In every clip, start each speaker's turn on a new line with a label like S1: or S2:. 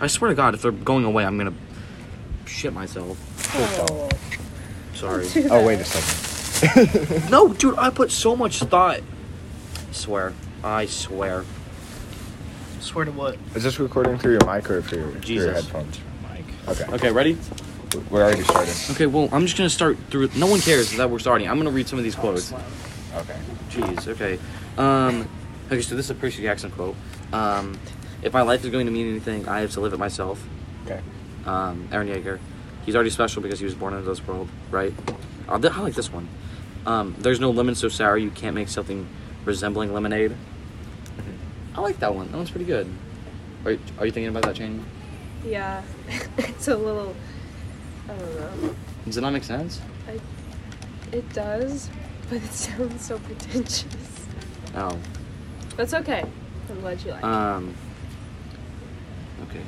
S1: I swear to God, if they're going away, I'm gonna shit myself.
S2: Oh,
S1: Sorry.
S2: do
S3: Oh, wait a
S2: that.
S3: second.
S1: no, dude, I put so much thought. Swear, I swear.
S4: Swear to what?
S3: Is this recording through your mic or through your, through your
S1: Jesus.
S3: headphones?
S4: Mike.
S3: Okay.
S1: Okay, ready?
S3: We're already started.
S1: Okay, well, I'm just gonna start through. No one cares that we're starting. I'm gonna read some of these
S4: Oh,
S1: quotes.
S3: Okay.
S1: Jeez, okay. Um, okay, so this is a Percy Jackson quote. Um, if my life is going to mean anything, I have to live it myself.
S3: Okay.
S1: Um, Aaron Yeager. He's already special because he was born into this world, right? Uh, th- I like this one. Um, There's no lemon so sour you can't make something resembling lemonade. I like that one. That one's pretty good. Are you, are you thinking about that, Cheney?
S2: Yeah, it's a little. I don't know.
S1: Does it not make sense?
S2: I, it does, but it sounds so pretentious.
S1: Oh.
S2: That's okay. I'm glad you like. it.
S1: Um, okay.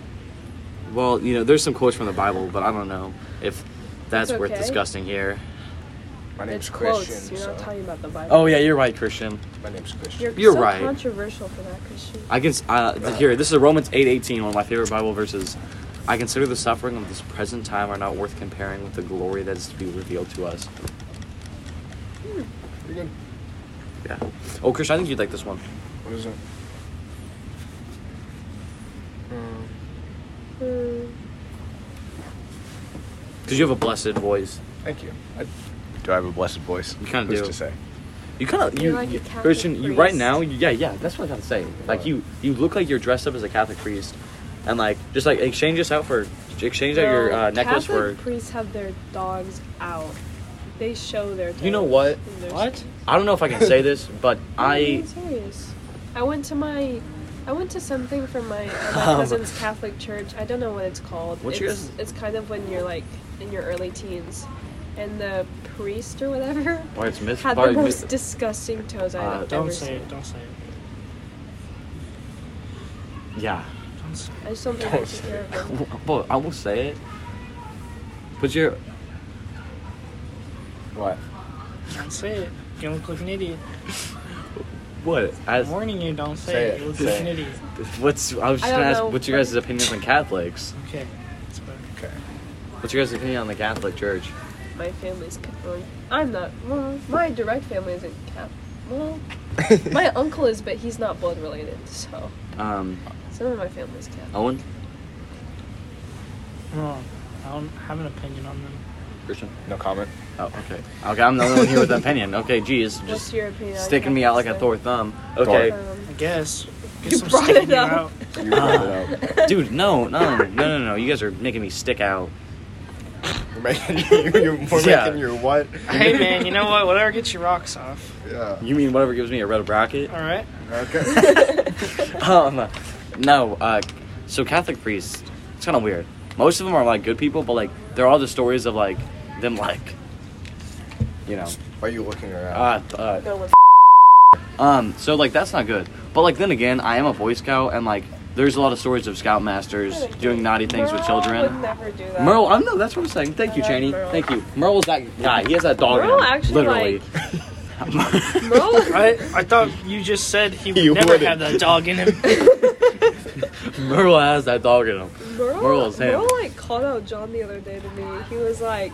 S1: Well, you know, there's some quotes from the Bible, but I don't know if that's
S2: It's
S1: worth
S2: okay.
S1: discussing here.
S3: My name's
S2: it's close.
S3: Christian.
S2: You're
S3: so
S2: not talking about the Bible.
S1: Oh yeah, you're right, Christian.
S3: My name's Christian.
S2: You're,
S1: You're
S2: so
S1: right.
S2: controversial for that Christian.
S1: I can s- uh, th- here. This is Romans eight eighteen, one of my favorite Bible verses. I consider the suffering of this present time are not worth comparing with the glory that is to be revealed to us.
S3: You're good.
S1: Yeah. Oh, Christian, I think you'd like this one.
S3: What is it? Mm,
S2: Mm,
S1: Because you have a blessed voice.
S3: thank you. I, do I have a blessed voice?
S1: You kinda
S3: Who's
S1: do.
S3: to say?
S1: You kind of
S2: You're
S1: you,
S2: like a
S1: you-
S2: Catholic
S1: Christian. You right
S2: priest.
S1: now, you- yeah, yeah. That's what I gotta say. Like you, you look like you're dressed up as a Catholic priest, and like just like exchange this out for exchange out your
S2: Well,
S1: uh, necklace
S2: Catholic
S1: for.
S2: priests have their dogs out. They show their. Dogs
S1: You know what?
S2: in their skin.
S1: I don't know if I can say this, but
S2: No, I'm
S1: I
S2: being serious. I went to my. I went to something from my, uh, my
S1: Um,
S2: cousin's Catholic church. I don't know what it's called.
S1: What's your
S2: it's,
S1: guys'-
S2: it's kind of when you're like in your early teens, and the priest or whatever
S1: Why, it's myth-
S2: had
S1: why,
S2: the most
S1: myth-
S2: disgusting toes I've
S1: Uh,
S2: ever
S4: Don't say
S2: seen.
S4: it. Don't say it.
S1: yeah.
S4: Don't say
S2: I just don't think
S3: Don't
S2: I
S3: say
S2: could care of them.
S1: But I will say it. But you're
S3: What?
S4: it. Don't say it. You look like an idiot.
S1: what?
S4: I'm
S1: As
S4: warning you, don't say,
S3: Say
S4: it.
S3: it.
S4: You look
S3: Say
S4: like an
S3: it.
S4: idiot.
S1: what's I was just
S2: I
S1: gonna
S2: don't
S1: ask
S2: know.
S1: what's your guys' opinions on Catholics?
S4: Okay. That's better.
S3: Okay.
S1: What's your guys' opinion on the Catholic Church?
S2: My family's Catholic. I'm not. Well, my direct family isn't Catholic. Well, my uncle is, but he's not blood related. So
S1: Um,
S2: some of my family's Catholic.
S1: Owen,
S4: No, I don't have an opinion on them.
S1: Christian.
S3: No comment.
S1: Oh, okay. Okay, I'm the only one here with an opinion. Okay, geez,
S2: What's
S1: just
S2: your opinion? on
S1: sticking me out like a
S2: Catholics?
S1: Thor thumb. Okay,
S2: Um,
S4: I guess. Get
S2: You
S4: some
S2: brought
S4: sticking
S2: it
S4: you
S2: up.
S4: out.
S3: You brought it up.
S1: dude, no, no, no, no, no. You guys are making me stick out.
S3: We're making you. You're, we're
S1: Yeah.
S3: making your what?
S4: Hey man, you know what? Whatever gets your rocks off.
S3: Yeah.
S1: You mean whatever gives me a red bracket?
S4: All right.
S3: Okay.
S1: Um, no. Uh, so Catholic priests, it's kind of weird. Most of them are like good people, but like they're all the stories of like them like, you know,
S3: Why are you looking around?
S1: uh, uh,
S2: no one.
S1: Um, so like that's not good. But like then again, I am a Boy Scout, and like there's a lot of stories of Scoutmasters doing naughty things with
S2: Merle would
S1: children.
S2: never do that.
S1: Merle, I'm no, that's what I'm saying. Thank you,
S2: I love
S1: Cheney.
S2: Merle.
S1: Thank you. Merle's that guy. He has that dog. in
S2: Merle
S1: him,
S2: actually,
S1: literally.
S2: Merle,
S4: I, I thought you just said he would
S3: You
S4: never
S3: wouldn't.
S4: have that dog in him.
S1: Merle has that dog in him.
S2: Merle,
S1: Merle's him.
S2: Merle like called out John the other day to me. He was like,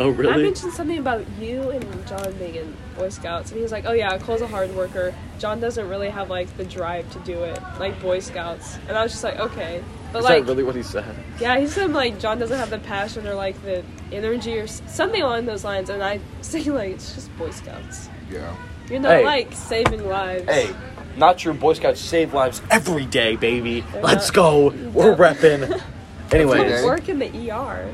S1: Oh
S2: I
S1: really?
S2: mentioned something about you and John being in Boy Scouts, and he was like, Oh yeah, Cole's a hard worker. John doesn't really have like the drive to do it, like Boy Scouts. And I was just like, Okay, but
S1: Is
S2: like,
S1: that really what he said?
S2: yeah, he said like John doesn't have the passion or like the energy or s- something along those lines. And I say like, it's just Boy Scouts.
S3: yeah.
S2: You're not
S1: Hey.
S2: like saving lives.
S1: Hey, not your Boy Scouts save lives every day, baby.
S2: They're
S1: Let's
S2: not-
S1: go. We're repping.
S2: Anyways.
S1: Anyways,
S2: work in the ER.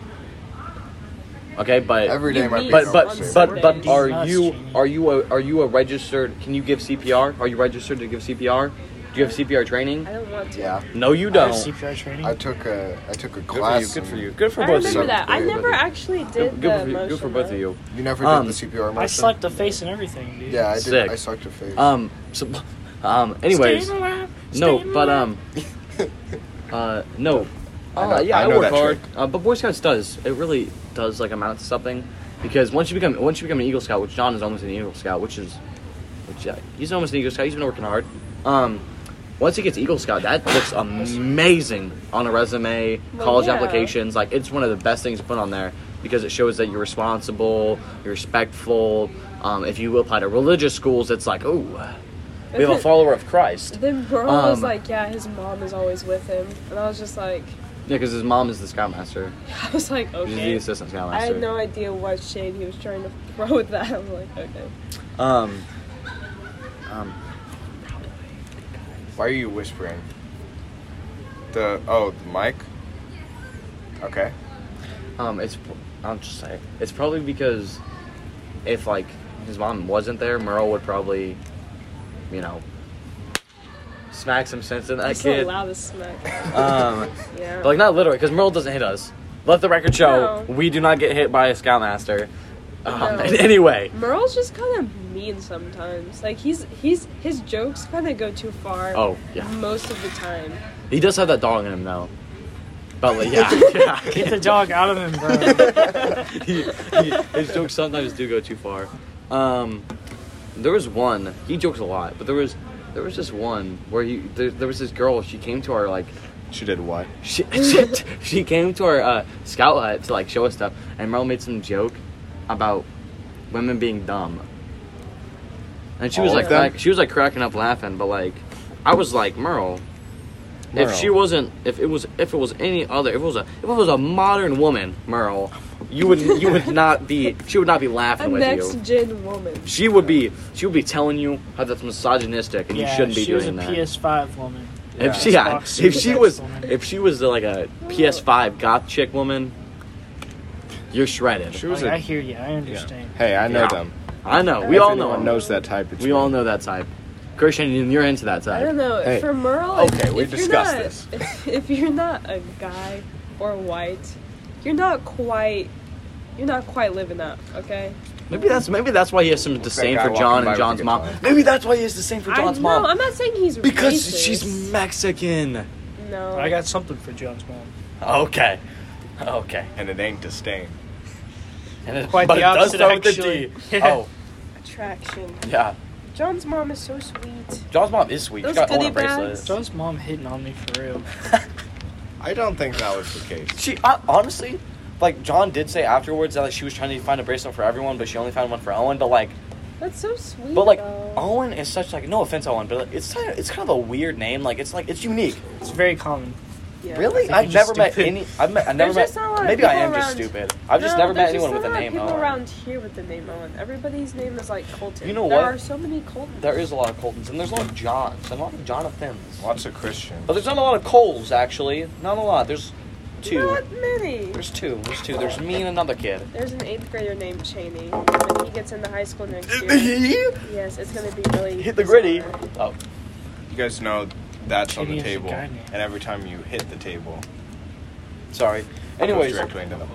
S1: okay, but
S3: Every
S2: You
S3: day might
S2: meet
S3: be a
S1: But
S2: on
S1: but
S3: conversation.
S1: but but
S2: Sundays.
S1: are
S4: That's
S1: you
S4: cheating.
S1: are you a, are you a registered? Can you give CPR? Are you registered to give CPR? Do you have CPR training?
S2: I don't want to.
S3: Yeah.
S1: No, you
S4: I have
S1: don't.
S4: CPR training.
S3: I took a I took a
S1: Good for you.
S3: class.
S1: Good for
S3: in-
S1: you. Good for
S2: I
S1: both of
S2: remember
S1: you.
S2: that. I
S3: Good.
S2: never actually did
S1: Good,
S2: the
S1: good, for you. good for
S2: motion,
S1: both
S2: though.
S1: of you.
S3: You never
S1: Um,
S3: did the CPR motion.
S4: I slapped the face and everything, dude.
S3: Yeah, I did.
S1: Sick.
S3: I sucked her face.
S1: Um. So, um. Anyways,
S4: Staying alive,
S1: no.
S4: staying
S1: But
S4: alive.
S1: um. Uh. No.
S3: I
S1: Uh,
S3: know-
S1: yeah,
S3: I
S1: I,
S3: know
S1: work
S3: that
S1: hard. Uh, but Boy Scouts does. It really does like amount to something, because once you become once you become an Eagle Scout, which John is almost an Eagle Scout, which is, which yeah, he's almost an Eagle Scout. He's been working hard. Um, once he gets Eagle Scout, that looks amazing on a resume,
S2: Well,
S1: college
S2: yeah.
S1: applications. Like it's one of the best things to put on there because it shows that you're responsible, you're respectful. Um, if you apply to religious schools, it's like, oh, we have a follower of Christ.
S2: Then Burl was
S1: Um,
S2: like, yeah, his mom is always with him, and I was just like,
S1: Yeah, because his mom is the scoutmaster.
S2: I was like,
S1: She's the
S2: okay.
S1: assistant
S2: I
S1: scoutmaster.
S2: had no idea what shade he was trying to throw with that. I was like, okay.
S1: Um, um,
S3: Why are you whispering? The oh, the mic. Okay.
S1: um, it's I'm just saying it's probably because if like his mom wasn't there, Merle would probably, you know, smack some sense in that
S2: It's the
S1: kid.
S2: loudest smack.
S1: Um,
S2: Yeah.
S1: but like not literally because Merle doesn't hit us. Let the record show
S2: No.
S1: we do not get hit by a scoutmaster. Um,
S2: No.
S1: Anyway,
S2: Merle's just kind of mean sometimes. Like he's he's his jokes kind of go too far.
S1: Oh, yeah.
S2: Most of the time.
S1: he does have that dog in him though. But like, yeah,
S4: Get the dog out of him, bro.
S1: he, he, his jokes sometimes do go too far. Um, there was one. He jokes a lot, but there was there was this one where he there, there was this girl. She came to our like
S3: She did what?
S1: she she, she came to our uh, scout hut to like show us stuff, and Merle made some joke about women being dumb. And she was
S3: All of
S1: like,
S3: them?
S1: crack, she was like cracking up laughing, but like, I was like, Merle,
S3: Merle.
S1: if she wasn't, if it was, if it was any other, if it was a, if it was a modern woman, Merle, you would, you would not be, she would not be laughing
S2: A
S1: with
S2: next
S1: you.
S2: gen woman.
S1: She would be, she would be telling you how that's misogynistic and you
S4: Yeah,
S1: shouldn't be
S4: she was a
S1: doing that.
S4: PS5 woman.
S3: Yeah.
S1: If she, yeah,
S4: Xbox
S1: if
S4: Series
S1: she
S4: X
S1: was,
S4: woman.
S1: if she was uh, like a PS5 goth chick woman, you're shredded.
S3: She was
S4: Like, I
S3: a.
S4: hear you. I understand.
S3: Hey, I know
S1: Yeah.
S3: them.
S1: I know. We all
S3: If
S1: know.
S3: anyone
S1: him.
S3: knows that type. It's
S1: We all know that type. Christian, you're into that
S2: I don't
S1: type.
S2: know.
S3: Hey.
S2: For Merle, if-
S3: Okay, we
S2: if you're
S3: discussed
S2: not-
S3: this.
S2: If, you're not a guy or white, you're not quite. You're not quite living up, okay?
S1: Maybe that's maybe that's why he has some disdain
S3: guy
S1: for
S3: walking
S1: John
S3: by
S1: and
S3: with
S1: John's
S3: a
S1: mom.
S3: guitar?
S1: Maybe that's why he has disdain for John's
S2: I, No,
S1: mom
S2: I'm not saying he's
S1: because
S2: racist.
S1: she's Mexican.
S2: no.
S4: I got something for John's mom.
S1: Okay, okay.
S3: And it ain't disdain.
S1: And it,
S4: Quite
S1: but
S4: the
S1: it does
S4: opposite,
S1: start with a
S4: actually.
S1: D.
S4: Yeah.
S1: Oh,
S2: attraction.
S1: yeah.
S2: John's mom is so sweet.
S1: John's mom is sweet. She
S2: Those
S1: got on a
S2: goodie
S1: bracelet.
S2: bags.
S4: John's mom hitting on me for real.
S3: I don't think that was the case.
S1: She I, honestly, like John did say afterwards that like, she was trying to find a bracelet for everyone, but she only found one for Owen. But like,
S2: That's so sweet.
S1: but like
S2: though.
S1: Owen is such like no offense Owen, but like, it's kind of, it's kind of a weird name. Like it's like it's unique.
S4: It's very common.
S2: Yeah.
S1: Really,
S4: I
S1: I've
S4: think you're
S1: never met
S4: stupid.
S1: any. I've met. I never
S2: There's just
S1: met.
S2: not a lot of
S1: Maybe I
S2: people
S1: am just
S2: around.
S1: stupid. I've just
S2: No,
S1: never met
S2: there's
S1: anyone
S2: just
S1: with a
S2: not
S1: name
S2: People
S1: Owen.
S2: around here with the name Owen. Everybody's name is like Colton.
S1: You know
S2: there
S1: what?
S2: are so many Coltons.
S1: There is a lot of Coltons, and there's a lot of Johns, and a lot of Jonathans.
S3: Lots of Christians.
S1: But there's not a lot of Coles actually. Not a lot. There's two.
S2: Not many.
S1: There's two. There's two. There's me and another kid.
S2: There's an eighth grader named Cheney. When he gets into high school next year, yes, it's gonna be really
S1: Hit the gritty.
S2: bizarre.
S1: Oh,
S3: You guys know that's on the
S4: Katie is a
S3: table,
S4: guy name.
S3: and every time you hit the table, it
S1: sorry.
S3: goes
S1: Anyways,
S3: directly into them.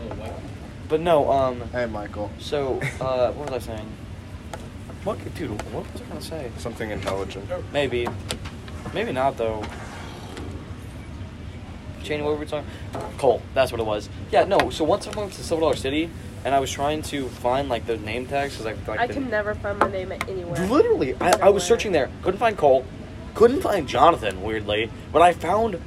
S1: but no. Um.
S3: Hey, Michael.
S1: So, uh, what was I saying? What, dude? What was I gonna say?
S3: Something intelligent.
S1: Maybe, maybe not though. Cheney, what were we talking? Cole, that's what it was. Yeah, no. So once I went to Silver Dollar City, and I was trying to find like the name tags, cause like, like
S2: I
S1: the-
S2: can never find my name at anywhere.
S1: literally, I, I was searching there, couldn't find Cole, couldn't find Jonathan, weirdly, but I found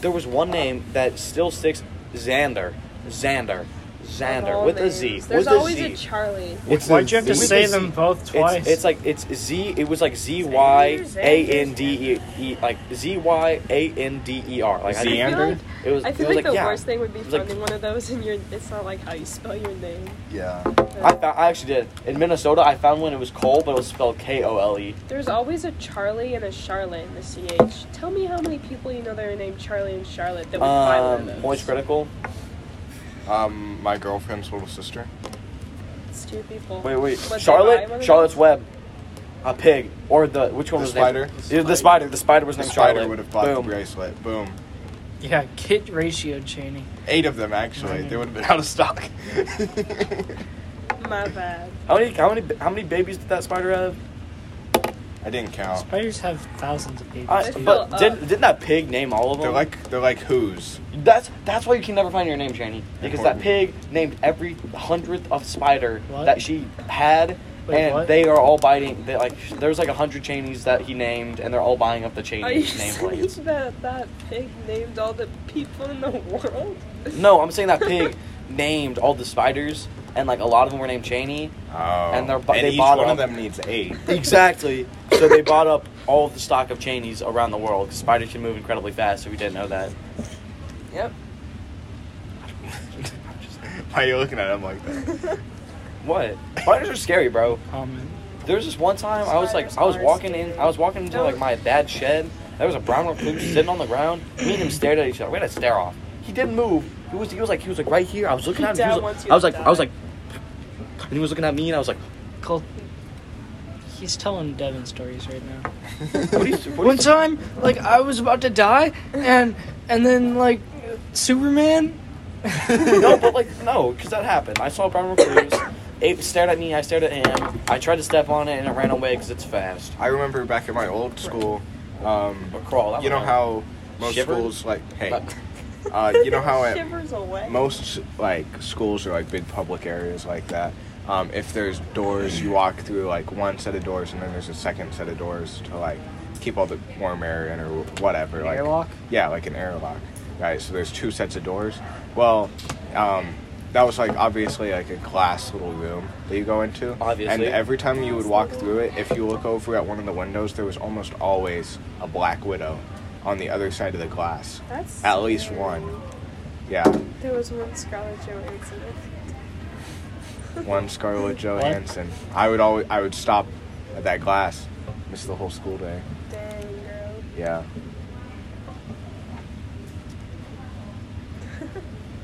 S1: there was one name that still sticks: Xander, Xander,
S2: Of
S1: Xander
S2: all
S1: with a
S2: names.
S1: Z,
S2: There's
S1: with a
S2: always
S1: Z.
S2: a Charlie.
S1: It's
S4: Why'd you have to
S1: Z.
S4: say
S1: It's-
S4: them both twice?
S1: It's, it's like it's Z. It was like Z Y A N D E E like Z Y A N D E R. Like I
S3: Xander?
S1: didn't-
S2: I feel like,
S1: It was.
S2: I feel
S1: it was
S2: like, the
S1: yeah.
S2: worst thing would be
S1: It was like-
S2: finding one of those and you're, it's not like how you spell your name.
S3: Yeah.
S1: I, found, I actually did in Minnesota. I found one. It was Cole, but it was spelled K O L E.
S2: There's always a Charlie and a Charlotte in the CH. Tell me how many people you know that are named Charlie and Charlotte that would find one of
S1: Um,
S2: those.
S1: Boys Critical.
S3: Um, my girlfriend's little sister.
S2: It's two people.
S1: Wait, wait.
S2: But they buy one
S1: Charlotte.
S2: of
S1: Charlotte's Web. A pig or the which one
S3: The
S1: was
S3: spider?
S1: Named? Yeah, The spider. The spider was
S3: The
S1: named
S3: spider
S1: Charlotte.
S3: would have bought the
S1: Boom.
S3: bracelet. Boom.
S4: yeah, kid ratio Cheney.
S3: Eight of them, actually. They would have been out of stock.
S2: those. My bad.
S1: How many? How many? How many babies did that spider have?
S3: I didn't count.
S4: Spiders have thousands of babies.
S1: Oh. I,
S2: They
S4: dude.
S1: but
S2: fill
S1: did,
S2: up.
S1: didn't that pig name all of them?
S3: They're like they're like who's.
S1: That's that's why you can never find your name, Janie. Because that
S3: Important.
S1: pig named every hundredth of spider
S4: What?
S1: that she had,
S4: Wait,
S1: and
S4: what?
S1: they are all biting. They, like there's like a hundred Cheneys that he named, and they're all buying up the
S5: Are
S1: Cheney
S5: you
S1: name
S5: saying
S1: plates.
S5: that that pig named all the people in the world?
S1: No, I'm saying that pig named all the spiders, and like a lot of them were named Cheney.
S3: Oh.
S1: And they're bu-
S3: and
S1: they
S3: each
S1: bought
S3: one
S1: up-
S3: of them needs eight.
S1: Exactly. so they bought up all of the stock of Cheneys around the world. 'cause Spiders can move incredibly fast. If you didn't know that. Yep.
S3: Why are you looking at him like that?
S1: What? Spiders are scary, bro.
S4: Um,
S1: There was this one time I was like I was walking in I was walking into like my dad's shed. There was a brown recluse sitting on the ground. Me and him stared at each other. We had a stare off. He didn't move. He was he was like he was like right here. I was looking at him. He
S5: Dad
S1: was,
S5: wants
S1: like,
S5: you
S1: I was
S5: to
S1: like I was
S5: die.
S1: like and he was looking at me and I was like
S4: Cole, he's telling Devin stories right now.
S1: what are you what are
S4: One
S1: you-
S4: time, like I was about to die, and and then like Superman.
S1: No, but like no, because that happened. I saw a brown recluse. It stared at me. I stared at him. I tried to step on it and it ran away because it's fast.
S3: I remember back at my old school, um,
S1: But crawl. that
S3: you know
S1: one-
S3: how most
S1: Shiver?
S3: schools like hey,
S1: But-
S3: uh, you know how at
S5: shivers away.
S3: most like schools are like big public areas like that. Um, if there's doors, you walk through like one set of doors, and then there's a second set of doors to like keep all the warm air in or whatever. Like
S4: Airlock?
S3: Yeah, like an airlock. Right. So there's two sets of doors. Well, um, that was like obviously like a glass little room that you go into. And
S1: Obviously.
S3: every time you would walk through it, if you look over at one of the windows, there was almost always a black widow on the other side of the glass.
S5: That's
S3: At least
S5: scary.
S3: one. Yeah.
S5: There was one Scarlett Johansson.
S3: one Scarlett Johansson. I would always I would stop at that glass, miss the whole school day.
S5: Dang girl.
S3: Yeah.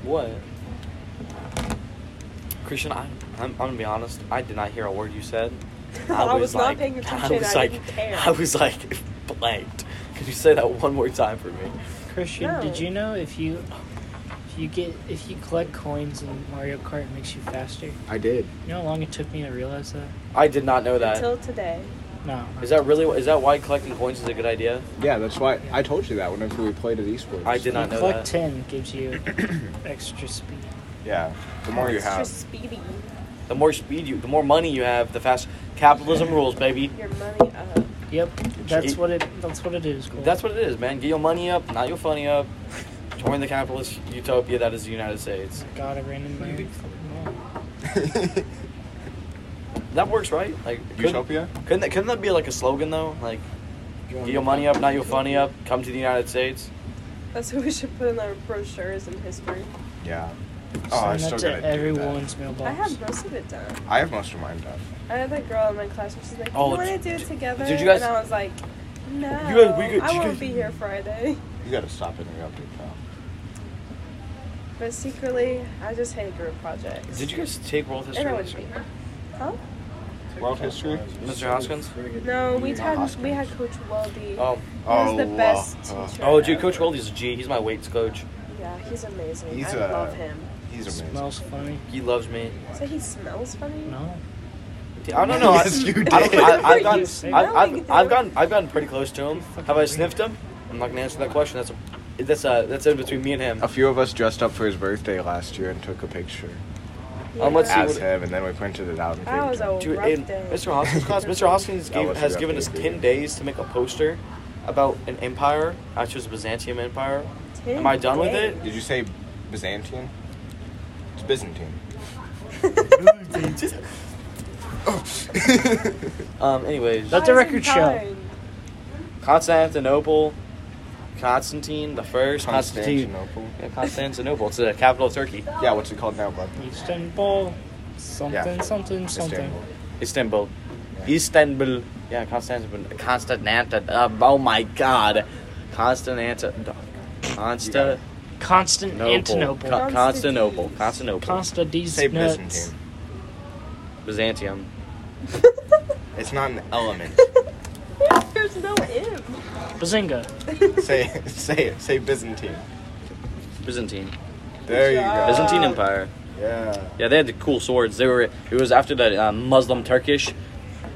S1: What? Christian, I, I'm, I'm gonna be honest. I did not hear a word you said.
S5: I was not paying attention, I didn't care.
S1: I was like blanked. Could you say that one more time for me?
S4: Christian, did
S5: No.
S4: you know if you if you get if you collect coins in Mario Kart, it makes you faster? You
S3: I did.
S4: know how long it took me to realize that?
S1: I did not know that. Is
S5: Until today.
S4: No.
S1: that really? Is that why collecting coins is a good idea?
S3: Yeah, that's why I told you that whenever we played at esports.
S1: I did
S4: You
S1: not know
S4: collect
S1: that.
S4: ten gives you extra speed.
S3: Yeah. The more you
S5: It's
S3: have.
S5: just speedy.
S1: The more speed you, the more money you have, the faster. Capitalism rules, baby.
S5: Your money up.
S4: Yep, that's
S1: It-
S4: what it. That's what it is. Cole.
S1: That's what it is, man. Get your money up, not your funny up. Join the capitalist utopia that is the United States.
S4: God, I ran into my
S1: That works, right? Like couldn't-
S3: Utopia?
S1: Couldn't that, couldn't that be like a slogan though? Like, get your money up, not your funny up. Come to the United States.
S5: That's what we should put in our brochures in history.
S3: Yeah. Oh, I
S4: Send
S3: still
S4: that
S3: gotta
S4: to
S3: do
S4: everyone's mailbox.
S5: I have most of it done.
S3: that. I have most of mine done.
S5: I had that girl in my class and she's like,
S1: Oh,
S5: You wanna
S1: d-
S5: do
S1: d-
S5: it together?
S1: did you guys-
S5: and I was like, No.
S1: You guys- we could-
S5: I
S1: you
S5: won't
S1: guys-
S5: be here Friday.
S3: You gotta stop interrupting pal.
S5: But secretly I just hate group projects.
S1: Did you guys take world
S5: and I wouldn't
S1: history,
S5: be here. Huh?
S3: World history?
S1: Mr. Hoskins?
S5: No, we had
S3: Oscar.
S5: we had Coach Weldy.
S1: Oh,
S5: He
S3: Oh, uh,
S5: was the best
S3: wow.
S5: teacher.
S1: oh, dude,
S5: ever.
S1: Coach Weldy's a G. He's my weights coach.
S5: Yeah, he's amazing.
S3: He's
S5: I
S3: a-
S5: love him.
S3: He's amazing.
S4: Smells funny.
S1: He loves me.
S5: So he smells funny.
S4: No.
S1: I don't know. I-
S3: Yes, you
S1: I don't,
S3: did.
S1: I, I've,
S4: You
S1: gotten,
S4: said
S1: I've,
S5: that.
S1: I've, I've gotten, I've gotten pretty close to him. Have I sniffed him? I'm not gonna answer that question. That's a, that's a, that's in between me and him.
S3: A few of us dressed up for his birthday last year and took a picture
S5: Yeah.
S1: Um, let's see
S3: as
S1: what-
S3: him, and then we printed it out. And
S5: That was
S3: gave it
S5: a
S1: Dude,
S5: rough
S1: in
S5: day.
S1: Mr. Hoskins' class, Mr. Hoskins
S3: That
S1: gave,
S3: was
S1: has
S3: rough
S1: given us
S3: day.
S1: ten days to make a poster about an empire. I chose Byzantium Empire. Am I done with it?
S3: to him. Did you say Byzantine? It's Byzantine. Oh.
S1: Um. Anyways,
S4: Let the record show.
S1: Constantinople, Constantine the First, Constantine,
S3: Constantinople.
S1: yeah, Constantinople. It's the capital of Turkey,
S3: Yeah, what's it called now, bud?
S4: Istanbul. Something. Something. Something.
S1: Istanbul,
S3: Istanbul. Yeah.
S1: Istanbul. Yeah, Constantinople, Constantinople. Uh, oh my God, Constantinople, Consta,
S4: Constantinople.
S1: Noble. Con- Constantinople,
S5: Constantine.
S1: Constantinople,
S4: Consta these
S3: Say
S4: nuts.
S3: Byzantine.
S1: Byzantium.
S3: It's not an element.
S5: There's no M.
S4: Bazinga.
S3: say say it. Say Byzantine.
S1: Byzantine,
S3: There you go.
S5: job.
S1: Byzantine
S5: Uh,
S1: Empire.
S3: Yeah.
S1: Yeah, they had the cool swords. They were. It was after the um, Muslim Turkish.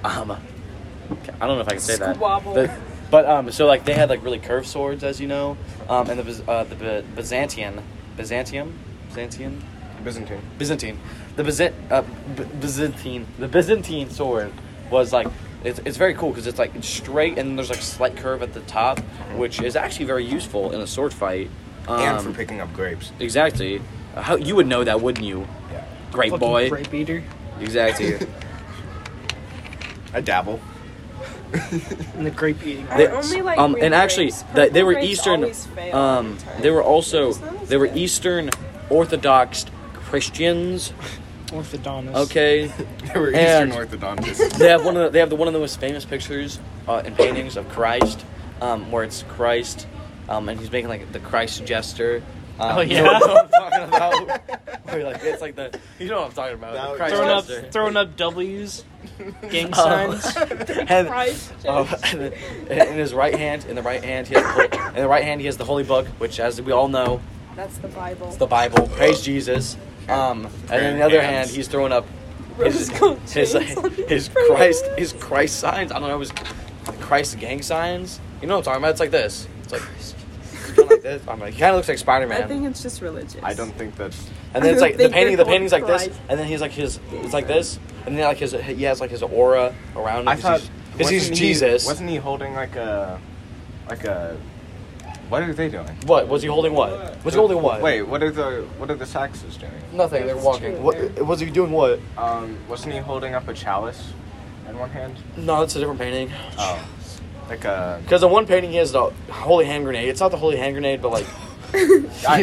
S1: Um, I don't know if I can say that.
S5: Squabble.
S1: But, but um, so like they had like really curved swords, as you know, um, and the Byz- uh, the By- Byzantine, Byzantium, Byzantium,
S3: Byzantine.
S6: Byzantine. The Byzant, uh, B- Byzantine, the Byzantine sword was like it's, it's very cool because it's like it's straight and there's like a slight curve at the top, which is actually very useful in a sword fight.
S3: and
S1: Um,
S3: for picking up grapes.
S1: Exactly. How you would know that, wouldn't you?
S3: Yeah.
S1: Great
S4: Fucking
S1: boy.
S4: grape eater.
S1: Exactly.
S3: I dabble.
S4: And the grape eating.
S5: I
S1: They-
S5: only like
S1: um,
S5: green
S1: and actually,
S5: grapes.
S1: th- they
S5: Purple
S1: were
S5: grapes
S1: Eastern.
S5: always fail
S1: Um,
S5: every time.
S1: they were also
S5: It's not as
S1: they were
S5: good.
S1: Eastern Orthodox Christians.
S4: Orthodontist.
S1: Okay,
S3: They were
S1: And-
S3: Eastern Orthodontists.
S1: they have one of the, they have the, one of the most famous pictures uh, and paintings of Christ, um, where it's Christ, um, and he's making like the Christ gesture. Um,
S4: Oh,
S1: you know
S4: yeah.
S1: what I'm talking about? Where, like, it's like the you know what I'm talking about.
S3: That
S1: the
S3: would-
S1: Christ
S4: Throwing up,
S1: gesture.
S4: throwing up W's, gang
S1: Oh.
S4: signs.
S1: And-
S5: Christ
S1: Um,
S5: Jesus.
S1: in his right hand, in the right hand, he has the, in the right hand he has the holy book, which, as we all know,
S5: That's the Bible.
S1: is the Bible. Praise Jesus. Um, and in the other hand, he's throwing up his
S5: Rose gold
S1: his,
S5: chains on
S1: his
S5: prayer.
S1: Christ his Christ signs. I don't know his Christ gang signs. You know what I'm talking about? It's like this. It's like. it's kinda like this. I'm like, he kind of looks like Spider
S5: I think
S1: Man,
S5: it's just religious.
S3: I don't think that's.
S1: and then it's
S5: I
S1: like the
S5: think
S1: painting.
S5: they're
S1: The painting's like this,
S5: Christ.
S1: and then he's like his, it's like this, and then like his, he has like his aura around. Him
S3: I thought
S1: because he's
S3: wasn't he-
S1: Jesus.
S3: Wasn't he holding like a, like a? What are they doing?
S1: What was he holding? What was he holding? What?
S3: Wait, what are the what are the Saxons doing?
S1: Nothing. They're
S5: That's
S1: walking.
S5: true.
S1: What was he doing? What?
S3: Um, wasn't he holding up a chalice in one hand?
S1: No, that's a different painting.
S3: Oh, like a.
S1: Because in one painting he has the holy hand grenade. It's not the holy hand grenade, but like
S3: I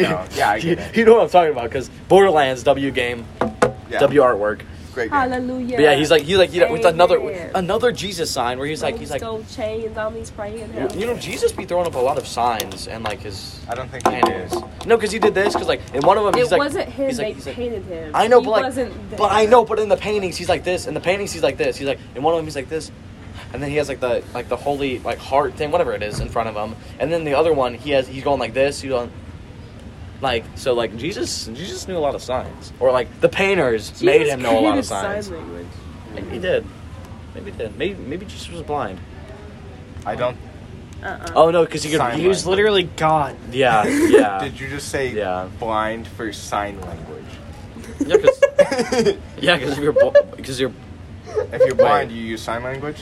S3: know. Yeah, I
S1: you,
S3: get it.
S1: you know what I'm talking about. Because Borderlands W game,
S3: Yeah.
S1: W artwork.
S3: Great. game.
S5: Hallelujah.
S1: But yeah, he's like he's like you know with another
S5: Amen.
S1: another Jesus sign where he's like he's
S5: Rose
S1: like
S5: gold chains on these praying hands.
S1: you know Jesus be throwing up a lot of signs and like his
S3: I don't think he is.
S1: no because he did this because like in one of them he's
S5: it
S1: like
S5: wasn't him.
S1: he's
S5: they
S1: like, he's like-
S5: painted him.
S1: I know,
S5: He
S1: but like,
S5: wasn't there.
S1: but I know, but in the paintings he's like this, in the paintings he's like this. He's like, in one of them he's like this, and then he has like the like the holy like heart thing, whatever it is, in front of him, and then the other one he has he's going like this, he's going like so like Jesus Jesus knew a lot of signs, or like the painters
S5: Jesus
S1: made him know a lot
S5: created
S1: of signs.
S5: Sign language.
S1: Maybe he did, maybe he did, maybe maybe Jesus was blind.
S3: I don't.
S5: Uh-uh.
S1: Oh no, because he could
S3: Sign
S4: He was
S1: use
S4: literally God.
S1: yeah yeah
S3: Did you just say
S1: Yeah.
S3: blind for sign language?
S1: yeah because yeah, 'cause if you're because you're
S3: If you're blind, you use sign language.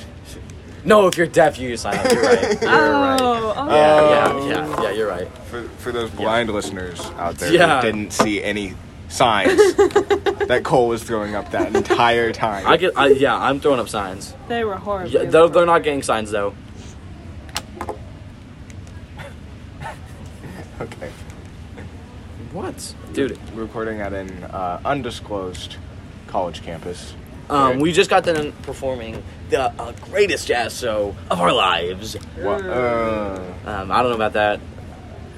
S1: no if you're deaf you use sign up. You're right.
S5: Oh,
S1: You're right.
S5: oh,
S1: Yeah,
S3: Oh.
S1: yeah, yeah, yeah, you're right.
S3: For, for those blind listeners out there
S1: Yeah.
S3: who didn't see any signs that Cole was throwing up that entire time.
S1: I get, I, yeah, I'm throwing up signs.
S5: they were horrible.
S1: Yeah, they're, they're not gang signs though.
S3: okay.
S1: What, dude?
S3: We're recording at an uh, undisclosed college campus.
S1: Um, we just got done performing the uh, greatest jazz show of our lives.
S3: What? Uh,
S1: Um, I don't know about that.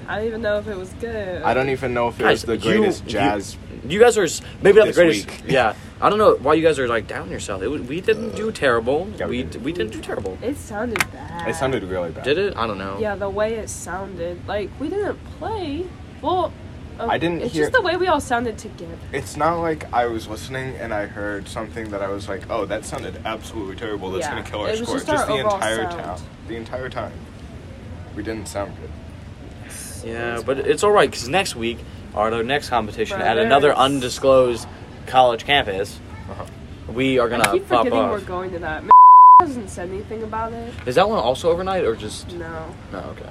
S5: I don't even know if it was good.
S3: I don't even know if it
S1: Guys,
S3: was the
S1: you-
S3: greatest
S1: you-
S3: jazz.
S1: You guys are s- maybe not the
S3: This
S1: greatest.
S3: week.
S1: Yeah, I don't know why you guys are like down yourself. It, was- we didn't do terrible.
S3: Uh, Yeah,
S1: we
S3: we
S1: d-
S3: did.
S1: we didn't do terrible.
S5: It sounded bad.
S3: It sounded really bad.
S1: Did it? I don't know.
S5: Yeah, the way it sounded. Like we didn't play. Well, um,
S3: I didn't
S5: It's
S3: hear-
S5: just the way we all sounded together.
S3: It's not like I was listening and I heard something that I was like, "Oh, that sounded absolutely terrible. That's
S5: Yeah.
S3: gonna kill our
S5: It was
S3: score."
S5: just our
S3: the
S5: overall
S3: entire
S5: sound.
S3: time. The entire time. We didn't sound good.
S1: Yeah, but it's all right because next week, our other next competition at
S5: Brothers.
S1: another undisclosed college campus,
S3: Uh-huh.
S1: we are
S5: I
S1: gonna
S5: keep
S1: pop
S5: forgetting we're
S1: off.
S5: going to that. Hasn't said anything about it.
S1: Is that one also overnight or just?
S5: No,
S1: No, Oh, okay.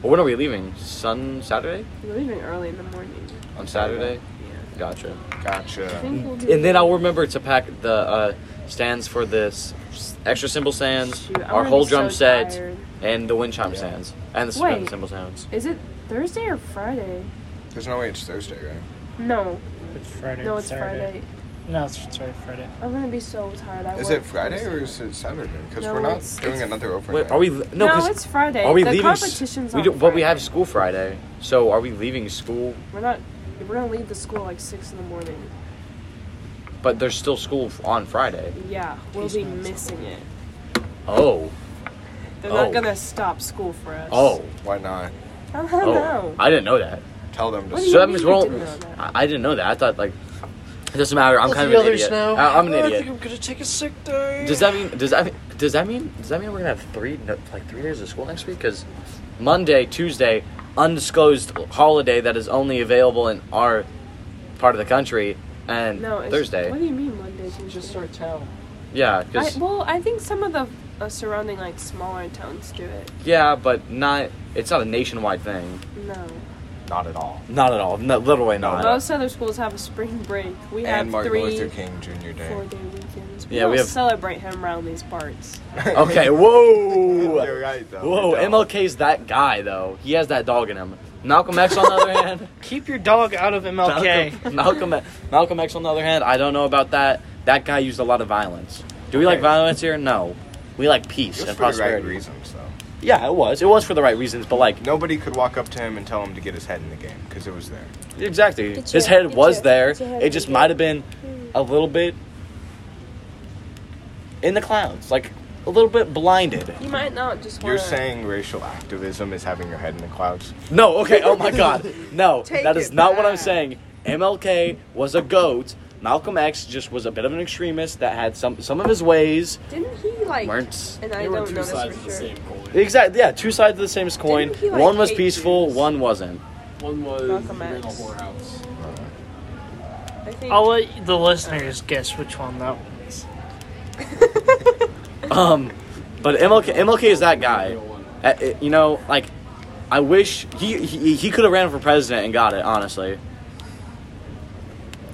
S1: Well, when are we leaving? Sun Saturday?
S5: we're leaving early in the morning.
S1: On Saturday?
S5: Yeah.
S1: Gotcha.
S5: I
S3: Gotcha.
S5: think we'll be
S1: And then I'll remember to pack the uh, stands for this extra cymbal stands,
S5: Shoot, I'm
S1: our
S5: gonna
S1: whole
S5: be
S1: drum
S5: so
S1: set,
S5: tired.
S1: and the wind chime
S3: Yeah.
S1: stands, and the
S5: Wait.
S1: cymbal sounds.
S5: Is it Thursday or Friday?
S3: There's no way it's Thursday, right?
S5: No,
S4: It's Friday.
S5: no, it's
S4: Saturday.
S5: Friday.
S4: No, it's sorry, Friday.
S5: I'm gonna be so tired. I
S3: Is
S5: work
S3: it Friday
S5: Thursday.
S3: or is it Saturday? Because
S5: No,
S3: we're not
S5: it's-
S3: doing
S5: it's-
S3: another overnight.
S1: Wait, are we? No,
S5: No,
S1: 'cause
S5: it's Friday.
S1: Are we
S5: the
S1: leaving? s-
S5: Competition's
S1: we
S5: on
S1: do, but we have
S5: Friday.
S1: school Friday, so are we leaving school?
S5: We're not. We're gonna leave the school like six in the morning.
S1: But there's still school f- on Friday.
S5: Yeah, we'll
S4: Peace
S5: be
S4: signs.
S5: missing it.
S1: Oh,
S5: They're
S1: Oh.
S5: not gonna stop school for us.
S1: oh,
S3: Why not?
S5: I don't
S1: oh!
S5: know.
S1: I didn't know that.
S3: Tell them to.
S5: What do
S3: s-
S1: So
S5: you
S1: that
S5: mean
S1: means
S5: you
S1: we're all.
S5: didn't know that?
S1: I, I didn't know that. I thought like it doesn't matter. I'm kind of an idiot. I, am an idiot.
S4: I'm gonna take a sick day.
S1: Does that mean? Does that mean? Does that mean? Does that mean we're gonna have three no, like three days of school next week? Because Monday, Tuesday, undisclosed holiday that is only available in our part of the country, and
S5: No, it's,
S1: Thursday.
S5: What do you mean Monday? Tuesday?
S4: It's just our town.
S1: Yeah,
S5: I,
S1: 'cause-
S5: well, I think some of the uh, surrounding like smaller towns do it.
S1: yeah, but not. It's not a nationwide thing.
S5: No,
S3: Not at all.
S1: Not at all. No, literally not.
S5: most other schools have a spring break. We have
S3: and Martin
S5: three
S3: Luther King Jr. Day.
S5: four-day weekends. We
S1: Yeah,
S5: don't
S1: we have-
S5: celebrate him around these parts.
S1: okay. Whoa.
S3: You're right, though.
S1: Whoa.
S3: We don't.
S1: MLK's that guy though. He has that dog in him. Malcolm X on the other hand.
S4: Keep your dog out of MLK.
S1: Malcolm, Malcolm Malcolm X on the other hand. I don't know about that. That guy used a lot of violence. Do we like
S3: Okay.
S1: violence here? No. We like
S3: It
S1: peace
S3: was
S1: and
S3: for the right
S1: prosperity.
S3: reasons, though.
S1: Yeah, it was. It was for the right reasons, but like
S3: Nobody could walk up to him and tell him to get his head in the game because it was there.
S1: exactly,
S7: It's
S1: his
S7: your-
S1: head
S7: it's
S1: was
S7: your-
S1: there.
S7: it's your head
S1: It just
S7: in the game.
S1: might have been a little bit in the clouds, like a little bit blinded.
S5: You might not just. Wanna,
S3: You're saying racial activism is having your head in the clouds?
S1: No, okay. Oh my God. No,
S5: Take
S1: that is
S5: it
S1: not what I'm
S5: back.
S1: saying. MLK was a goat. Malcolm X just was a bit of an extremist that had some some of his ways
S5: Didn't he like?
S1: weren't
S5: And I
S8: There
S5: don't know
S8: were two
S5: this
S8: sides of
S5: for
S8: the
S5: sure.
S8: same coin.
S1: exactly yeah two sides of the same coin.
S5: Didn't he, like,
S1: one was
S5: hate
S1: peaceful,
S5: Jews?
S1: one wasn't.
S8: One was you
S5: Malcolm
S8: ran a
S5: X.
S8: whorehouse.
S5: I think.
S4: I'll let the listeners guess which one that one is.
S1: Um, but MLK MLK is that guy. Uh, uh, you know, like I wish he he, he could have ran for president and got it. Honestly,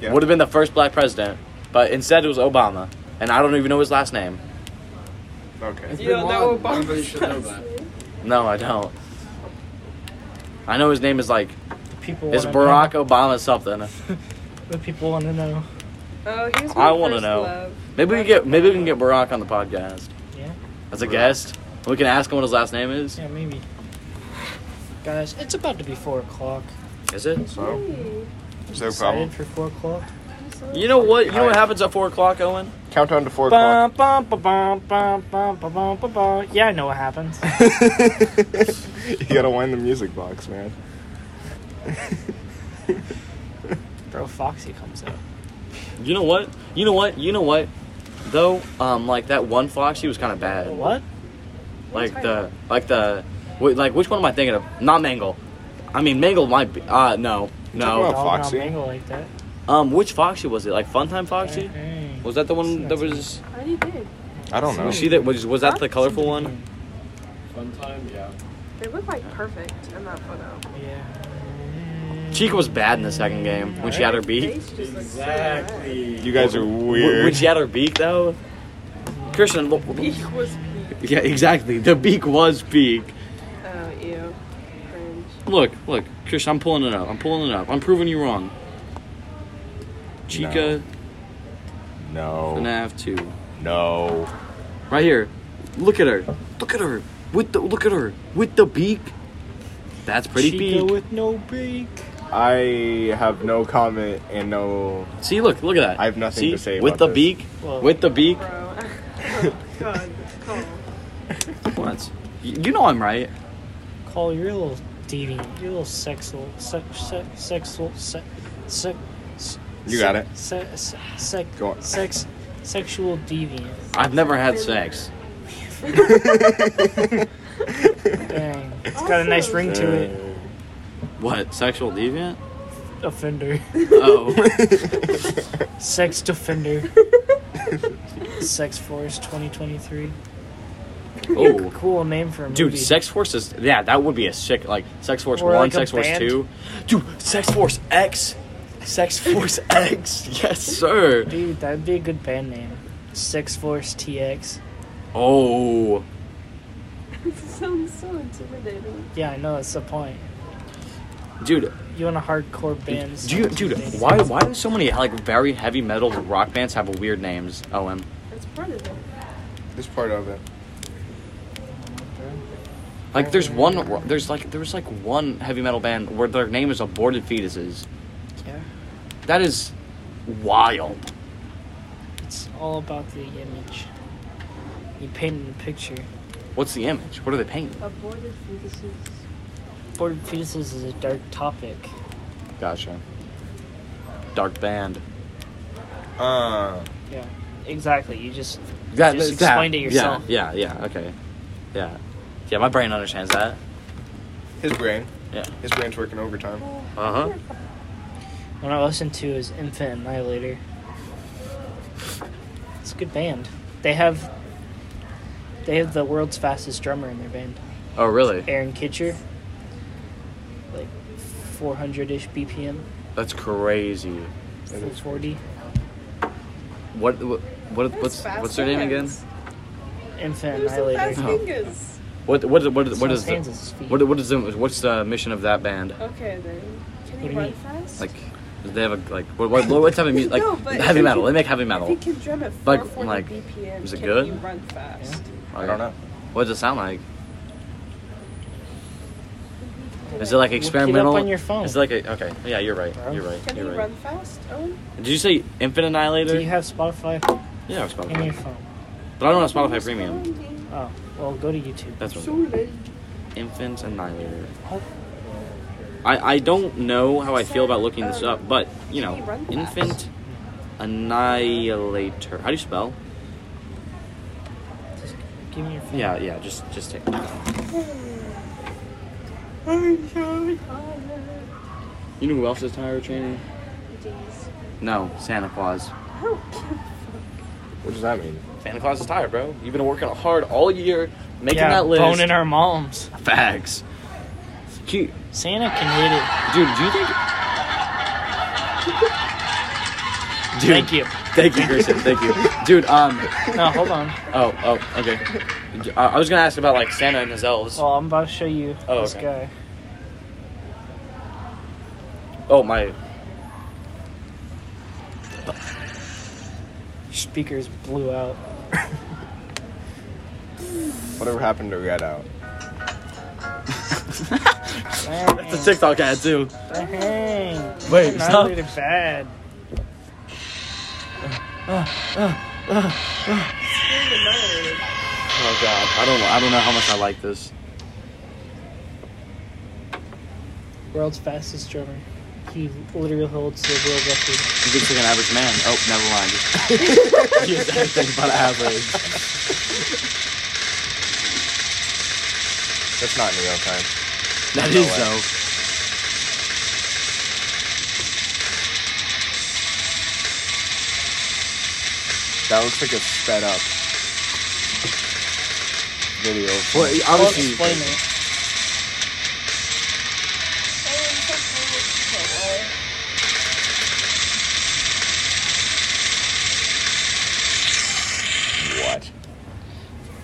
S3: Yeah.
S1: would have been the first black president, but instead it was Obama, and I don't even know his last name.
S3: Okay.
S5: You don't know about
S8: Everybody should know that.
S1: No, I don't. I know his name is like
S4: People
S1: It's
S4: wanna
S1: Barack Obama something.
S4: Know. The people want to know.
S5: Oh, he was my
S1: I want to
S5: first
S1: know.
S5: love.
S1: Maybe we get maybe we can get Barack on the podcast
S4: Yeah,
S1: as a
S3: Barack.
S1: guest. We can ask him what his last name is.
S4: yeah, maybe. Guys, it's about to be four o'clock.
S1: Is it?
S3: So,
S5: Hey,
S3: is there a problem?
S4: Excited for four o'clock?
S1: You know what? You know what happens at four o'clock, Owen?
S3: Countdown to four
S4: Bum,
S3: o'clock.
S4: bum, ba, bum, bum, bum, ba, bum, ba, bum. Yeah, I know what happens.
S3: you gotta wind the music box, man.
S4: Bro, Foxy comes out.
S1: You know what? You know what? You know what? Though, um, like that one Foxy was kind of bad.
S4: What?
S1: Like the like the wait, like which one am I thinking of? Not Mangle. I mean Mangle might be. Uh, no,
S3: Well,
S1: no.
S3: about-
S4: Dog
S3: Foxy.
S4: Not mingle like that.
S1: Um, which Foxy was it? Like Funtime Foxy?
S4: Hey, hey.
S1: Was that the one that was?
S5: how do you think?
S3: I don't know.
S1: You see that? Was was that the colorful one?
S8: Fun time, yeah.
S5: They look like perfect in that photo.
S4: Yeah.
S1: Chica was bad in the second game when she had her
S5: They
S1: beak.
S5: just look so bad.
S8: Exactly.
S3: You guys are
S1: W-
S3: weird.
S1: When she had her beak, though. Christian, w- w-
S5: Beak was beak.
S1: yeah, exactly. The beak was beak.
S5: Oh, ew. Cringe.
S1: Look, look, Christian, I'm pulling it up. I'm pulling it up. I'm proving you wrong. Chica
S3: no.
S1: FNAF 2.
S3: No.
S1: Right here. Look at her. Look at her. With the look at her. With the beak. That's pretty
S4: Chica
S1: beak.
S4: with no beak.
S3: I have no comment and no.
S1: See, look, look at that.
S3: I have nothing
S1: See?
S3: to say
S1: With
S3: about
S1: the
S3: this.
S1: beak.
S4: Well-
S1: with the beak.
S5: Bro. oh, God. Come
S1: What? You you know I'm right.
S4: Call your little dating, your little sexual, sex, sex, sexual, sex, sex.
S3: You got it.
S4: Sex, sex,
S3: Go on.
S4: sex, sexual deviant.
S1: I've never had sex.
S4: Dang, it's got a nice ring to it.
S1: What? Sexual deviant?
S3: Uh.
S4: Offender,
S1: Oh.
S4: sex offender. sex Force 2023.
S1: oh.
S4: Cool name for a movie.
S1: Dude, Sex Force is yeah, that would be a sick like Sex Force
S4: Or
S1: One,
S4: like a
S1: Sex Force
S4: band.
S1: Two. Dude, Sex Force X. Sex Force X. Yes, sir.
S4: Dude, that'd be a good band name. Sex Force TX.
S1: Oh.
S5: on. sounds so intimidating.
S4: Yeah, I know that's the point.
S1: Dude,
S4: You want a hardcore band?
S1: do you, dude, why why do so many like very heavy metal rock bands have weird names, Owen?
S5: That's part of it.
S3: This part of it.
S1: Like there's one there's like there was like one heavy metal band where their name is aborted fetuses.
S4: Yeah,
S1: That is wild.
S4: it's all about the image. You painted a picture.
S1: What's the image? What are they painting?
S5: Aborted fetuses.
S4: Aborted fetuses is a dark topic.
S1: Gotcha. Dark band.
S3: Uh,
S4: Yeah, exactly. You just
S1: That,
S4: Just
S1: that-
S4: explained it yourself.
S1: Yeah, yeah, yeah, okay. Yeah. Yeah, my brain understands that.
S3: his brain.
S1: Yeah.
S3: His brain's working overtime.
S1: Uh huh.
S4: One I listened to is Infant Annihilator. It's a good band. They have they have the world's fastest drummer in their band,
S1: Oh, really?
S4: Aaron Kitcher. Like 400-ish BPM,
S1: That's crazy.
S4: full 40.
S1: What? What? what what's What's their name again?
S4: Infant
S5: Who's the fast
S4: Annihilator.
S1: Oh.
S5: fingers?
S1: What? What? What? What,
S4: Son
S1: what
S4: of
S1: is the?
S4: Pan's is his feet.
S1: What? What is the? What's the mission of that band?
S5: Okay, then. Can
S4: What do
S5: he
S4: you
S5: run
S4: mean?
S5: fast?
S1: Like, do they have a like? What? What, what type of music? Like
S5: No, but
S1: heavy
S5: if
S1: metal. They
S5: you-
S1: make heavy
S5: If
S1: metal.
S5: he can drum at
S1: Like-
S5: 440
S1: like,
S5: BPM,
S1: is it
S5: can
S1: good?
S5: he run fast?
S3: I don't know.
S1: What does it sound like? Is it like
S4: it up
S1: experimental?
S4: on your phone.
S1: Is it like a, okay? Yeah, you're right.
S4: Bro.
S1: You're right.
S5: Can he
S1: you're right.
S5: run fast, Owen?
S1: Did you say Infant Annihilator?
S4: Do you have Spotify
S1: yeah, I have
S4: in your
S1: Spotify.
S4: phone?
S1: But I don't have Spotify Premium.
S4: Oh, well, go to YouTube.
S1: That's what. I'm doing. Infant Annihilator. I I don't know how I feel about looking this up, but you know,
S5: Can you run fast?
S1: Infant Annihilator. How do you spell?
S4: Just give me your phone.
S1: Yeah, yeah. Just just take. You know who else is tired of training? No, Santa Claus.
S3: What does that mean?
S1: Santa Claus is tired, bro. You've been working hard all year, making
S4: yeah,
S1: that list.
S4: boning our moms.
S1: Facts. Dude,
S4: Santa can hit it.
S1: dude, do you think? Dude,
S4: Thank you.
S1: Thank you, Grayson. Thank you, dude. Um.
S4: No, hold on.
S1: Oh, oh, okay. I, I was gonna ask about like Santa and his elves.
S4: Well, I'm about to show you
S1: Oh,
S4: this
S1: okay.
S4: guy.
S1: Oh my.
S4: Speakers blew out.
S3: Whatever happened to Red Out?
S1: That's a TikTok ad too.
S4: Dang.
S1: Wait,
S4: Not
S1: stop.
S4: really bad.
S1: Oh god, I don't know. I don't know how much I like this.
S4: World's fastest drummer. He literally holds the world record.
S1: You think like an average man? Oh, never mind. you said think about average.
S3: That's not in real time.
S1: That
S3: No
S1: is
S3: way.
S1: though.
S3: That looks like a sped up video.
S1: Well,
S4: Well,
S1: obviously,
S4: explain it.
S3: What?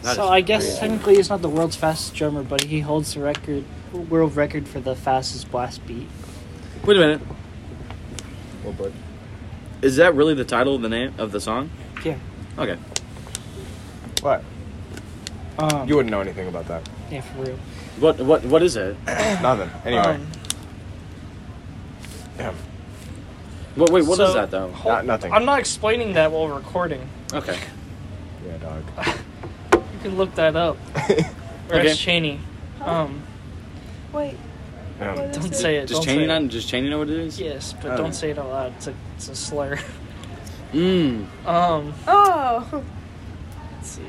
S1: That
S4: So
S1: is
S4: I guess
S1: crazy.
S4: technically he's not the world's fastest drummer, but he holds the record, world record for the fastest blast beat.
S1: Wait a minute.
S3: Well, but
S1: Is that really the title of the name of the song?
S4: Yeah.
S1: Okay.
S3: what?
S4: Um,
S3: You wouldn't know anything about that.
S4: yeah, for real.
S1: What what what is it?
S3: Nothing. Anyway,
S4: Um,
S3: Damn.
S1: What wait, what is
S4: So-
S1: that though?
S4: hold-
S3: Not- nothing.
S4: I'm not explaining that while recording.
S1: Okay.
S3: yeah, dog.
S4: You can look that up. Rush
S1: Okay.
S4: Cheney. Um,
S5: Wait,
S3: Um,
S4: don't say it.
S1: Just
S4: don't
S1: Cheney
S4: say it.
S1: not just Cheney know what it is?
S4: Yes, but
S3: Oh.
S4: don't say it out loud. It's a it's a slur.
S1: Mmm.
S4: Um,
S5: Oh.
S4: let's see.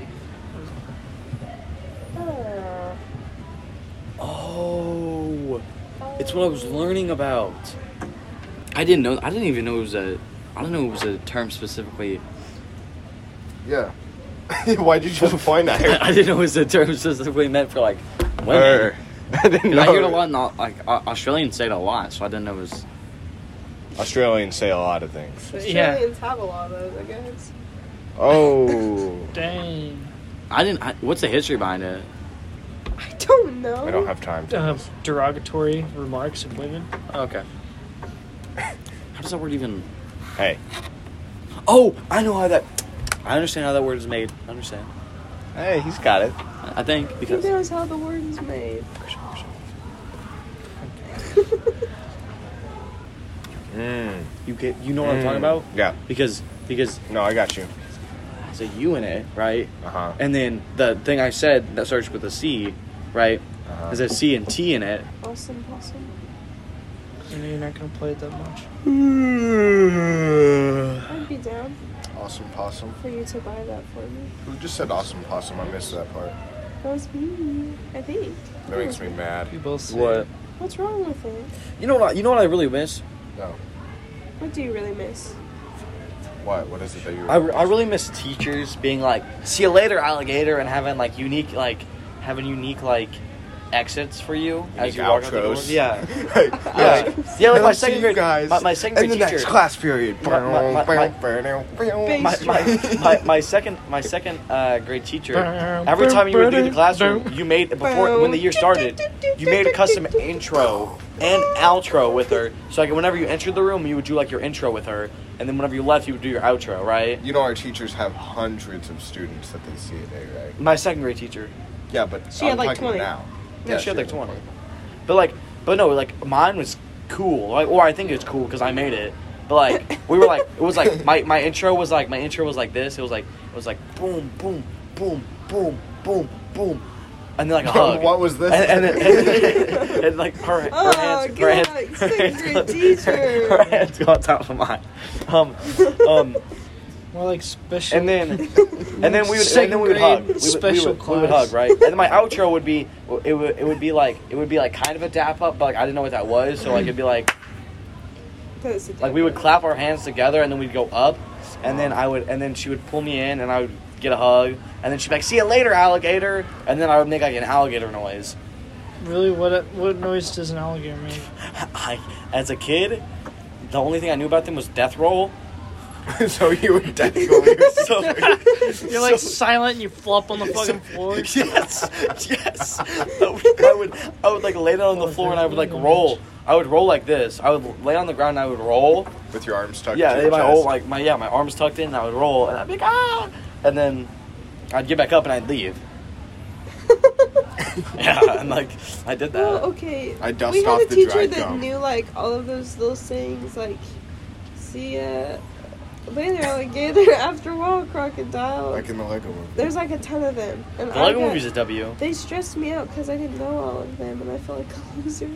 S5: Oh.
S1: Oh, it's what I was learning about. I didn't know. I didn't even know it was a. I don't know it was a term specifically.
S3: yeah. Why did you point at her?
S1: I didn't know it was a term specifically meant for like women.
S3: Her. I didn't
S1: 'Cause
S3: know.
S1: I hear it a
S3: her.
S1: lot. In, Au- like Au- Australians say it a lot, so I didn't know it was.
S3: Australians say a lot of things.
S5: Australians have a lot of those, I guess.
S3: Oh.
S4: Dang.
S1: I didn't. I, what's the history behind it?
S5: I don't know.
S3: we don't have time. To
S4: Uh, derogatory remarks of women.
S1: Okay. How does that word even?
S3: Hey,
S1: Oh, I know how that. I understand how that word is made. I understand.
S3: hey, he's got it.
S1: I I think
S5: Who
S1: because
S5: knows how the word is made?
S3: Mm.
S1: you get. You know what I'm talking about.
S3: Hmm. Yeah.
S1: Because because
S3: No, I got you.
S1: it's a U in it, right?
S3: Uh huh.
S1: And then the thing I said that starts with a C, right?
S3: Uh-huh.
S1: There's a C and T in it.
S5: Awesome, awesome.
S4: You know you're not gonna play it that much.
S5: I'd be down
S3: Awesome possum.
S5: for you to buy that for me.
S3: Who just said awesome possum? I missed that part.
S5: That was me, I think.
S3: That makes me mad.
S4: We both say
S1: What?
S5: What's wrong with it?
S1: You know what? I, you know what I really miss?
S3: No.
S5: What do you really miss?
S3: What? What is it that you?
S1: I, I really miss teachers being like, "See you later, alligator," and having like unique like having unique like exits for you as
S3: Unique
S1: you walk out the door.
S3: outros.
S1: Yeah.
S3: Hey,
S1: Yeah.
S3: hey,
S1: Yeah, like my
S3: I'll see
S1: second
S3: you
S1: grade-
S3: guys.
S1: my- my second grade
S3: in the next
S1: teacher-
S3: class period.
S1: My- my- my- my- my, my, my, my second my second uh, grade teacher every time you would leave the classroom you made before when the year started you made a custom intro and outro with her so like whenever you entered the room you would do like your intro with her and then whenever you left you would do your outro right
S3: You know our teachers have hundreds of students that they see a day, right?
S1: my second grade teacher
S3: Yeah, but
S5: She
S3: I'm
S5: had, like,
S3: talking
S5: 20.
S3: now.
S1: yeah, she had like 20 but like but no like mine was cool like or I think it's cool because I made it but like we were like it was like my, my intro was like my intro was like this it was like it was like boom boom boom boom boom boom and then like a hug
S3: What was this?
S1: and, and, then- and, and, like her, her
S5: Oh,
S1: hands, her
S5: God,
S1: hands, her
S5: second
S1: hands,
S5: grade
S1: go-
S5: teacher.
S1: her hands go on top of mine. Um, um,
S4: More like special.
S1: and then, and then we would, and then we would
S4: Second
S1: hug.
S4: grade
S1: We would, we,
S4: special
S1: would, we would
S4: class.
S1: hug, right? And then my outro would be, it would, it would be like, it would be like kind of a dap up, but like I didn't know what that was, so like it'd be like, like we would clap our hands together, and then we'd go up, and then I would, and then she would pull me in, and I would get a hug, and then she'd be like, "See you later, alligator," and then I would make like an alligator noise.
S4: really, what what noise does an alligator make?
S1: I, as a kid, the only thing I knew about them was death roll.
S3: so you would definitely.
S1: So
S4: You're like silent and you flop on the fucking floor.
S1: yes, yes. I would, I would like lay down
S4: Oh,
S1: on the floor and I would like roll. I would roll like this. I would lay on the ground and I would roll.
S3: with your arms tucked.
S1: Yeah,
S3: to your
S1: my
S3: chest.
S1: whole like my yeah my arms tucked in. and I would roll and I'd be like ah, and then I'd get back up and I'd leave. yeah, and like I did that.
S4: Oh,
S5: Well, okay.
S3: uh, I dust
S5: we had
S3: off
S5: a
S3: the
S5: teacher
S3: dry
S5: that
S3: gum.
S5: knew like all of those little sayings, like "see ya later, alligator." After a while, crocodile.
S3: like in the Lego movie.
S5: There's like a ton of them, and
S1: The
S5: I
S1: Lego
S5: got-
S1: movie's a W.
S5: They stressed me out because I didn't know all of them, and I felt like a loser.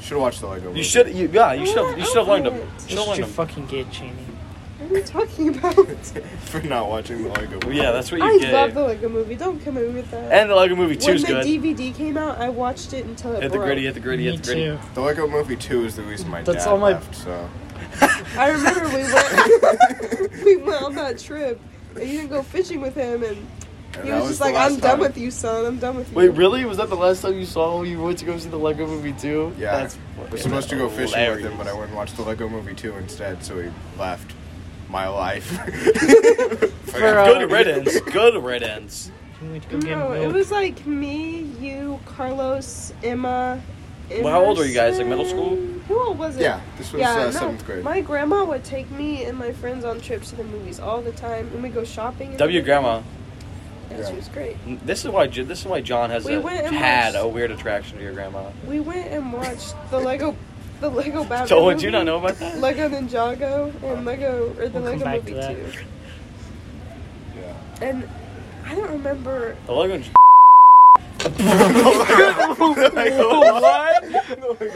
S3: Should watch the Lego movie.
S1: You should you, yeah you
S5: I
S1: should have
S5: want
S1: you should have learned them.
S5: outfit.
S1: You should have
S4: Shut
S1: learned
S4: your
S1: them.
S4: fucking gate, Cheney.
S5: What are you talking about?
S3: for not watching the Lego movie.
S1: Yeah, that's what you
S5: I
S1: get.
S5: love the Lego Movie. Don't come in with that.
S1: and the Lego Movie Two
S5: when
S1: is
S5: the
S1: good.
S5: DVD came out, I watched it until it
S1: Hit the
S5: broke.
S1: gritty, hit the gritty,
S4: Me
S1: hit the gritty.
S4: too.
S3: the Lego movie two is the reason my
S4: That's
S3: dad
S4: all my-
S3: left. So
S5: I remember we went we went on that trip, and you didn't go fishing with him, and
S3: and
S5: he
S3: that
S5: was just
S3: the
S5: like,
S3: last
S5: "I'm done
S3: time.
S5: with you, son. I'm done with you."
S1: Wait, really? Was that the last time you saw you went to go see the Lego Movie too?
S3: Yeah,
S1: That's
S3: we're supposed to go fishing with him, but I went and watched the Lego movie two instead. So he left my life.
S4: For, uh,
S1: Good riddance. Good riddance.
S4: Can we go get
S5: No, it
S4: milk?
S5: was like me, you, Carlos, Emma.
S1: Well, how old were you guys? Like, middle school?
S5: Emerson? Who old was it?
S3: Yeah, this was uh, seventh grade.
S5: My grandma would take me and my friends on trips to the movies all the time, and we go shopping. And
S1: W.
S5: everything.
S1: Grandma.
S5: Yeah, she was great.
S1: This is why. Ju- This is why John has
S5: We
S1: a,
S5: went and
S1: had
S5: watched-
S1: a weird attraction to your grandma.
S5: We went and watched the Lego, the Lego Batman.
S1: So would you not
S5: movie,
S1: know about that?
S5: Lego Ninjago and Lego or the
S4: We'll come
S5: Lego
S4: back to
S5: Movie
S4: that.
S5: Two.
S3: Yeah.
S5: And I don't remember.
S1: The Lego. what?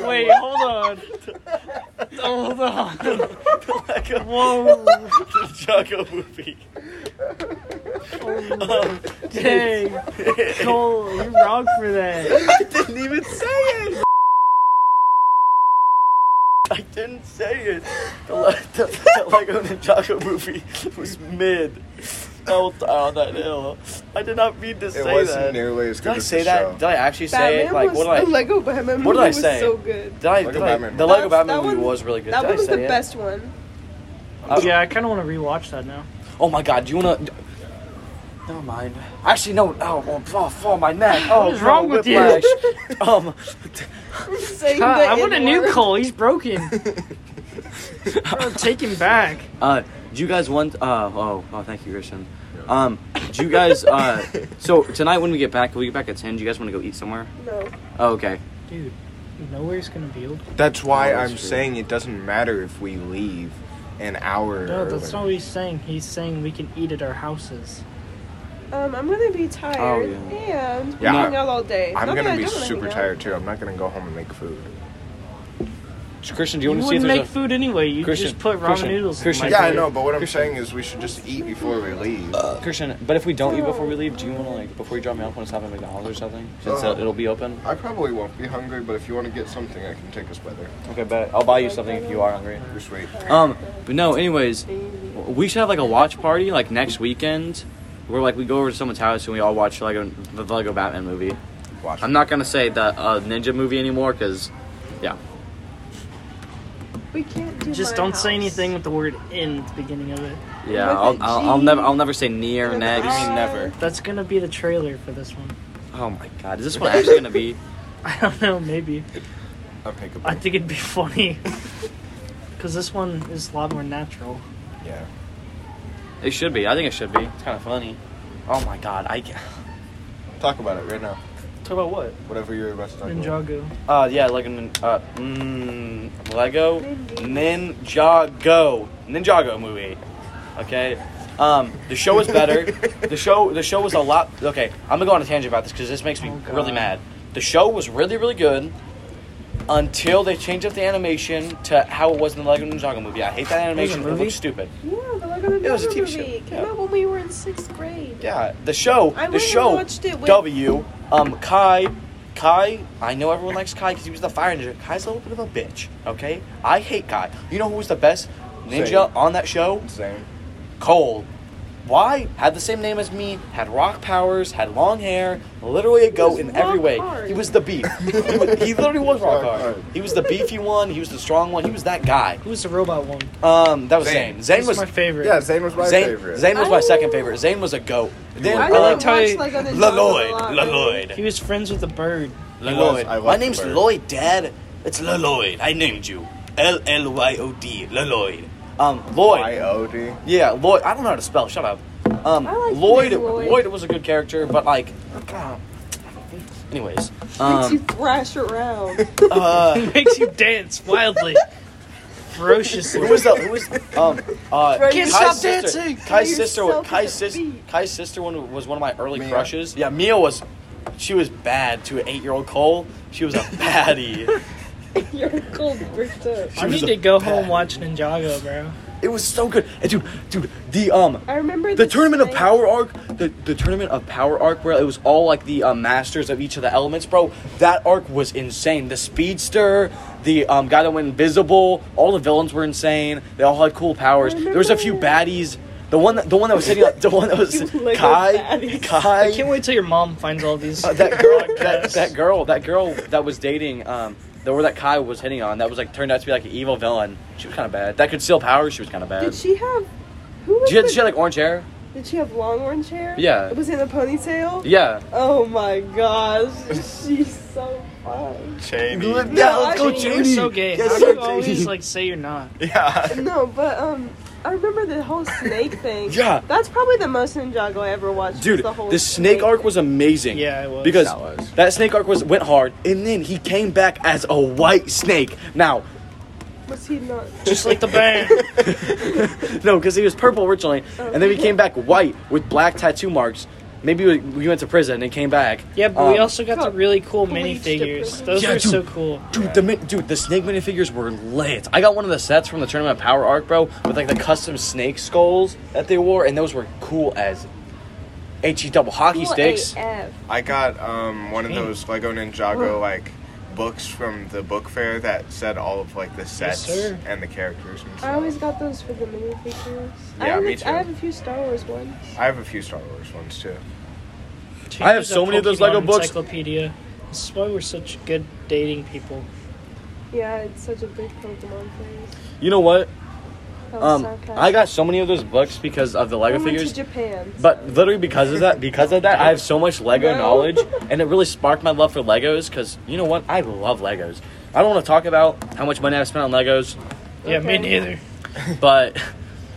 S4: Wait, hold on. hold on. Whoa.
S1: The Jocko movie. Um,
S4: Dang. Cole, you're wrong for that.
S1: didn't even say it. I didn't say it. The, Le- the, the Lego Ninjago movie was mid. I will die on that hill. I did not mean to
S3: It
S1: say
S3: wasn't
S1: that.
S3: nearly as
S1: Did
S3: good
S1: I
S3: as
S1: say
S3: the
S1: that?
S3: show.
S1: Did I actually say
S5: Batman
S1: it? Like,
S5: was
S1: what did
S5: the
S1: I?
S5: Lego Batman movie
S1: what did I
S5: was
S1: say?
S5: so good.
S1: Did I,
S3: Lego
S1: did I
S3: Batman.
S1: the Lego
S5: That's-
S1: Batman
S5: that
S1: movie
S5: one-
S1: was really good.
S5: That
S1: Did I
S5: one was the
S1: say it?
S5: best one.
S1: Uh,
S4: Yeah, I kind of want to rewatch that now.
S1: Oh my god, do you wanna? Never mind. Actually, no. Oh, oh, oh, oh, my neck. Oh,
S4: is
S1: no,
S4: wrong with you?
S1: whiplash. um,
S5: Saying
S4: God,
S5: the
S4: I want a new
S5: N-word.
S4: Cole. He's broken. Bro, take him back.
S1: Uh, do you guys want? Uh, oh, oh, thank you, Christian. Um, do you guys? Uh, so tonight when we get back, we get back at ten. Do you guys want to go eat somewhere?
S5: No.
S1: Oh, okay.
S4: Dude, nowhere's gonna be old.
S3: That's why
S1: Oh, that's
S3: I'm
S1: true.
S3: saying it doesn't matter if we leave an hour.
S4: No, that's
S3: early.
S4: not what he's saying. He's saying we can eat at our houses.
S5: Um, I'm gonna be tired
S1: Oh, yeah.
S5: and
S3: Yeah,
S5: hang
S3: I-
S5: out all day.
S3: I'm
S5: Not that
S3: gonna
S5: I
S3: be
S5: don't wanna hang
S3: super
S5: out.
S3: tired too. I'm not gonna go home and make food.
S1: Christian, do you,
S4: You,
S1: want to see if
S4: wouldn't
S1: there's
S4: make
S1: a
S4: food anyway. You
S1: Christian,
S4: just put ramen
S1: Christian,
S4: noodles.
S1: Christian.
S4: in
S3: Yeah,
S4: the
S3: I
S4: microwave.
S3: know, but what I'm
S1: Christian.
S3: saying is we should just eat before we leave.
S1: Christian? But if we don't eat before we leave, do you want to like before you drop me off, want to stop at McDonald's or something? Since uh,
S3: Uh-huh.
S1: it'll be open.
S3: I probably won't be hungry, but if you want to get something, I can take us by there.
S1: Okay, bet I'll buy you something if you are hungry.
S3: You're sweet.
S1: Um, but no. Anyways, we should have like a watch party like next weekend, where like we go over to someone's house and we all watch like the Lego Batman movie.
S3: Watch.
S1: I'm not gonna say the uh, ninja movie anymore because, yeah.
S5: We can't do
S4: Just
S5: my
S4: don't say
S5: house.
S4: anything with the word "in" at the beginning of it.
S1: Yeah,
S5: With
S1: I'll,
S5: a
S1: I'll, I'll
S5: G.
S1: never I'll never say near
S5: With a
S1: next.
S5: I mean never.
S4: That's gonna be the trailer for this one.
S1: Oh my god, is this one actually gonna be?
S4: I don't know. Maybe.
S3: I'll take a
S4: I
S3: break.
S4: think it'd be funny. Because this one is a lot more natural.
S3: Yeah.
S1: It should be. I think it should be. It's kind of funny. Oh my god, I. ca-
S3: Talk about it right now.
S1: Talk about what?
S3: Whatever you're about to talk about.
S4: Ninjago.
S1: Uh, yeah, like a nin- uh, mm, Lego Ninjago Ninjago movie. Okay, um, the show is better. the show the show was a lot. Okay, I'm gonna go on a tangent about this because this makes me
S4: Oh, God.
S1: really mad. The show was really really good until they changed up the animation to how it was in the Lego Ninjago movie. I hate that animation. It,
S4: movie?
S1: looks stupid.
S5: Yeah, the Lego Ninjago
S1: It was a TV show,
S5: movie came
S1: yeah.
S5: out when we were in sixth grade.
S1: Yeah, the show.
S5: I
S1: the
S5: went and
S1: show.
S5: watched it with-
S1: W. Um, Kai. Kai. I know everyone likes Kai because he was the fire ninja. Kai's a little bit of a bitch. Okay, I hate Kai. You know who was the best ninja
S3: Same.
S1: on that show?
S3: Same.
S1: Cole. Why? Had the same name as me. Had rock powers. Had long hair. Literally a go
S5: was
S1: in every
S5: rock
S1: way.
S5: hard.
S1: He was the beef. he, was, he literally was rock
S3: Rock
S1: hard.
S3: hard.
S1: He was the beefy one. He was the strong one. He was that guy.
S4: Who's the robot one?
S1: Um, that was
S3: Zane.
S1: Zane. Zane
S4: This
S1: was
S4: is my favorite.
S3: Yeah, Zane was my
S1: Zane,
S3: favorite.
S1: Zane was my
S5: I-
S1: second favorite. Zane was a goat. Then,
S5: I
S1: uh,
S5: didn't
S4: like
S5: watch
S4: how he-
S5: Lego Ninjago a
S1: Lloyd,
S5: lot, but-
S4: He was friends with the bird.
S3: was.
S1: Lloyd.
S3: I liked
S1: My name's
S3: the bird.
S1: Lloyd, Dad. It's Lloyd. I named you L L Y O D. Lloyd. Um, Lloyd.
S3: Y-O-D.
S1: Yeah, Lloyd. I don't know how to spell. Shut up. Um,
S5: I like
S1: Lloyd,
S5: the name Lloyd.
S1: Lloyd. was a good character, but like, anyways.
S5: Makes you
S1: Um,
S5: thrash around.
S1: uh,
S4: It makes you dance wildly, ferociously.
S1: who was the? Who was? Um, uh,
S5: Right,
S1: Kai's
S4: stop
S1: sister,
S4: dancing!
S1: Kai's
S5: You're
S1: sister.
S5: so
S1: Kai's,
S5: good at
S1: sis,
S5: beat.
S1: Kai's sister one was one of my early
S3: Mia.
S1: crushes. Yeah, Mia was. She was bad to an eight-year-old Cole. She was a baddie.
S5: Your cold bricked up.
S1: She
S4: I
S1: was
S4: need
S1: a
S4: to go home
S1: bad-
S4: watch Ninjago, bro.
S1: It was so good, and dude, dude, the um,
S5: I remember
S1: the
S5: this
S1: tournament of
S5: thing-
S1: power arc, the the tournament of power arc, where it was all like the um, masters of each of the elements, bro. That arc was insane. The speedster, the um, guy that went invisible, all the villains were insane. They all had cool powers. There was a few baddies. The one, that, the one that was sitting, the one that was
S5: You Lego
S1: Kai,
S5: baddies.
S1: Kai.
S4: I can't wait till your mom finds all these.
S1: Uh, that girl, that, that girl, that girl that was dating, um, the where that Kai was hitting on, that was like turned out to be like an evil villain. She was kind of bad. That could steal powers. She was kind of bad.
S5: Did she have? Who was
S1: She had,
S5: the-
S1: she had like orange hair.
S5: Did she have long orange hair?
S1: Yeah.
S5: Was it in a ponytail?
S1: Yeah.
S5: Oh my gosh, she's so fun.
S3: Jamie.
S5: No, let's go,
S4: Dude, you were so gay.
S1: Yes,
S4: How do
S1: sir,
S4: you always
S1: Jamie.
S4: like say you're not?
S3: Yeah.
S5: No, but um, I remember the whole snake thing.
S1: Yeah.
S5: That's probably the most Ninjago I ever watched. was
S1: Dude,
S5: the whole
S1: the snake arc was amazing.
S4: Yeah, it was.
S1: Because
S3: That was.
S1: that snake arc was went hard, and then he came back as a white snake. Now,
S5: Was he not?
S4: Just like the band.
S1: no, because he was purple originally, and then he came back white with black tattoo marks. Maybe we, we went to prison and came back.
S4: Yeah, but we
S1: Um,
S4: also got the really cool
S5: Bleached it
S4: minifigures.
S5: pretty.
S4: Those
S1: Yeah,
S4: were so
S1: dude.
S4: cool.
S1: Dude, the min- dude, the snake minifigures were lit. I got one of the sets from the tournament of Power Arc, bro, with like the custom snake skulls that they wore, and those were cool as he double hockey
S5: Cool
S1: sticks.
S5: AF.
S3: I got um, one of
S4: Jamie.
S3: those Lego Ninjago like books from the book fair that said all of like the sets
S4: sir.
S3: and the characters and stuff.
S5: I always got those for the minifigures. I
S3: Yeah,
S5: have,
S3: me
S5: I
S3: too.
S5: have a few Star Wars ones.
S3: I have a few Star Wars ones too.
S1: I have so many of those Lego
S4: Pokemon
S1: books.
S4: Encyclopedia. This is why we're such good dating people.
S5: Yeah, it's such a big Pokemon phase.
S1: You know what?
S5: That was
S1: Um,
S5: sarcastic.
S1: I got so many of those books because of the
S5: I
S1: Lego
S5: went
S1: figures.
S5: to Japan.
S1: But literally because of that, because of that, I have so much Lego
S5: No.
S1: knowledge, and it really sparked my love for Legos. Because you know what, I love Legos. I don't want to talk about how much money I've spent on Legos,
S4: Yeah, me
S5: Okay.
S4: neither.
S1: but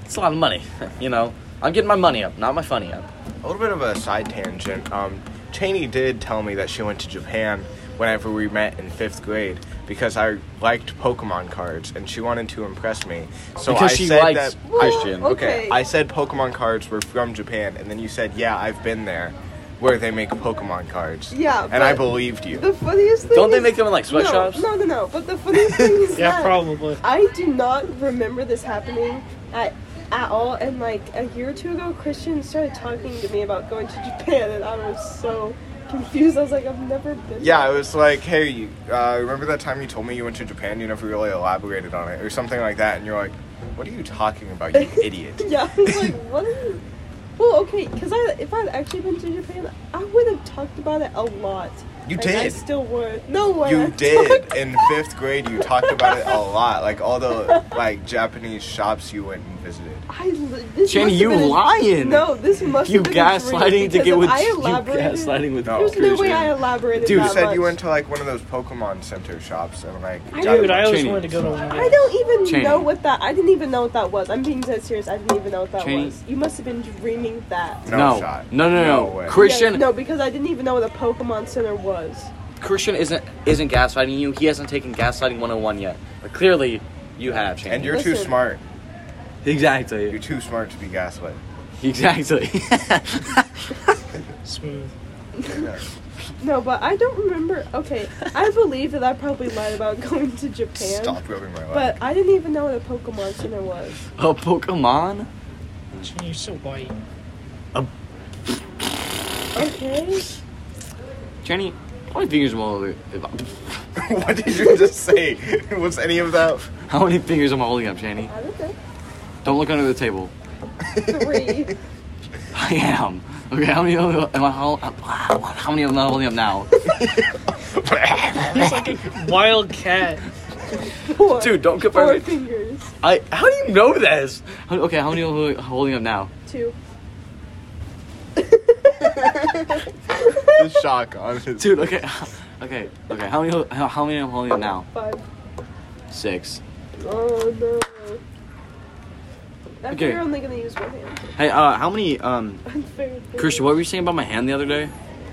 S1: it's a lot of money. You know, I'm getting my money up, not my funny up.
S3: A little bit of a side tangent. Um, Cheney did tell me that she went to Japan whenever we met in fifth grade because I liked Pokemon cards and she wanted to impress me. So
S1: Because
S3: I
S1: she
S3: said
S1: likes
S3: that
S5: Well,
S1: Christian.
S3: Okay.
S5: okay.
S3: I said Pokemon cards were from Japan, and then you said, "Yeah, I've been there." where they make Pokemon cards.
S5: Yeah,
S3: And I
S5: but-
S3: believed you.
S5: The funniest thing.
S1: Don't they
S5: is-
S1: make them in, like, sweatshops?
S5: No, no, no. no. But the funniest thing is
S4: Yeah,
S5: that
S4: probably.
S5: I do not remember this happening at at all. And like a year or two ago, Christian started talking to me about going to Japan, and I was so confused. I was like, I've never been.
S3: Yeah,
S5: there.
S3: I was like, hey, you, uh, remember that time you told me you went to Japan? You never really elaborated on it, or something like that. And you're like, what are you talking about, you idiot?
S5: Yeah, I was like, what are you? Well, okay, because I if I'd actually been to Japan, I would have talked about it a lot.
S3: You
S5: Like, I
S3: did.
S5: still would. No way. I
S3: You did.
S5: talked-
S3: In fifth grade, you talked about it a lot, like all the like Japanese shops you went and visited.
S5: I li- this
S1: Jenny,
S5: must have
S1: you
S5: been a-
S1: lying.
S5: no, this must
S1: You
S5: have been a dream,
S1: gaslighting to
S5: because
S1: get
S5: if
S1: with
S5: I
S1: you
S5: elaborated-
S1: gaslighting with
S3: No.
S5: There's no way I elaborated.
S3: Dude, you
S5: that
S3: said
S5: much.
S3: you went to like one of those Pokemon Center shops and like.
S5: I
S3: got a
S4: Dude, I always
S1: Cheney.
S4: wanted to go to one.
S5: I don't even
S1: Cheney.
S5: know what that. I didn't even know what that was. I'm being dead serious. I didn't even know what that
S1: Cheney.
S5: was. You must have been dreaming that.
S3: No,
S1: no.
S3: shot.
S1: No, no, no.
S3: way.
S1: Chris- Christian-
S5: Yeah, no, because I didn't even know what a Pokemon Center was.
S1: Christian isn't isn't gaslighting you. He hasn't taken gaslighting 101 yet. But clearly, you have. Shane.
S3: And you're too
S5: Listen.
S3: smart. You're
S1: exactly
S3: too smart to be gaslit.
S1: exactly.
S4: Smooth.
S3: Yeah.
S5: No, but I don't remember. Okay, I believe that I probably lied about going to Japan.
S3: Stop rubbing my leg.
S5: But I didn't even know what a Pokemon Center was.
S1: a Oh, Pokemon.
S4: Cheney, you're so white.
S5: Okay.
S1: Jenny, how many fingers am I holding?
S3: what did you just say? Was any of that?
S1: How many fingers am I holding up, Jenny?
S5: I don't know.
S1: Don't look under the table.
S5: Three.
S1: I am. Okay, how many other- am I hol- How many am I holding up now?
S4: He's like a wild cat.
S5: Four.
S1: Dude, don't compare
S5: Four
S1: me-
S5: fingers.
S1: I. How do you know this? How- Okay, how many am I holding up now?
S5: Two.
S3: the shock on his.
S1: Dude, okay, okay, okay. How many? How, how many am I holding up now?
S5: Five.
S1: Six.
S5: Oh no. I
S1: Okay.
S5: figure I'm only gonna use one hand.
S1: Hey, uh, how many? Um,
S5: Unfair. thing.
S1: Christian, what were you saying about my hand the other day?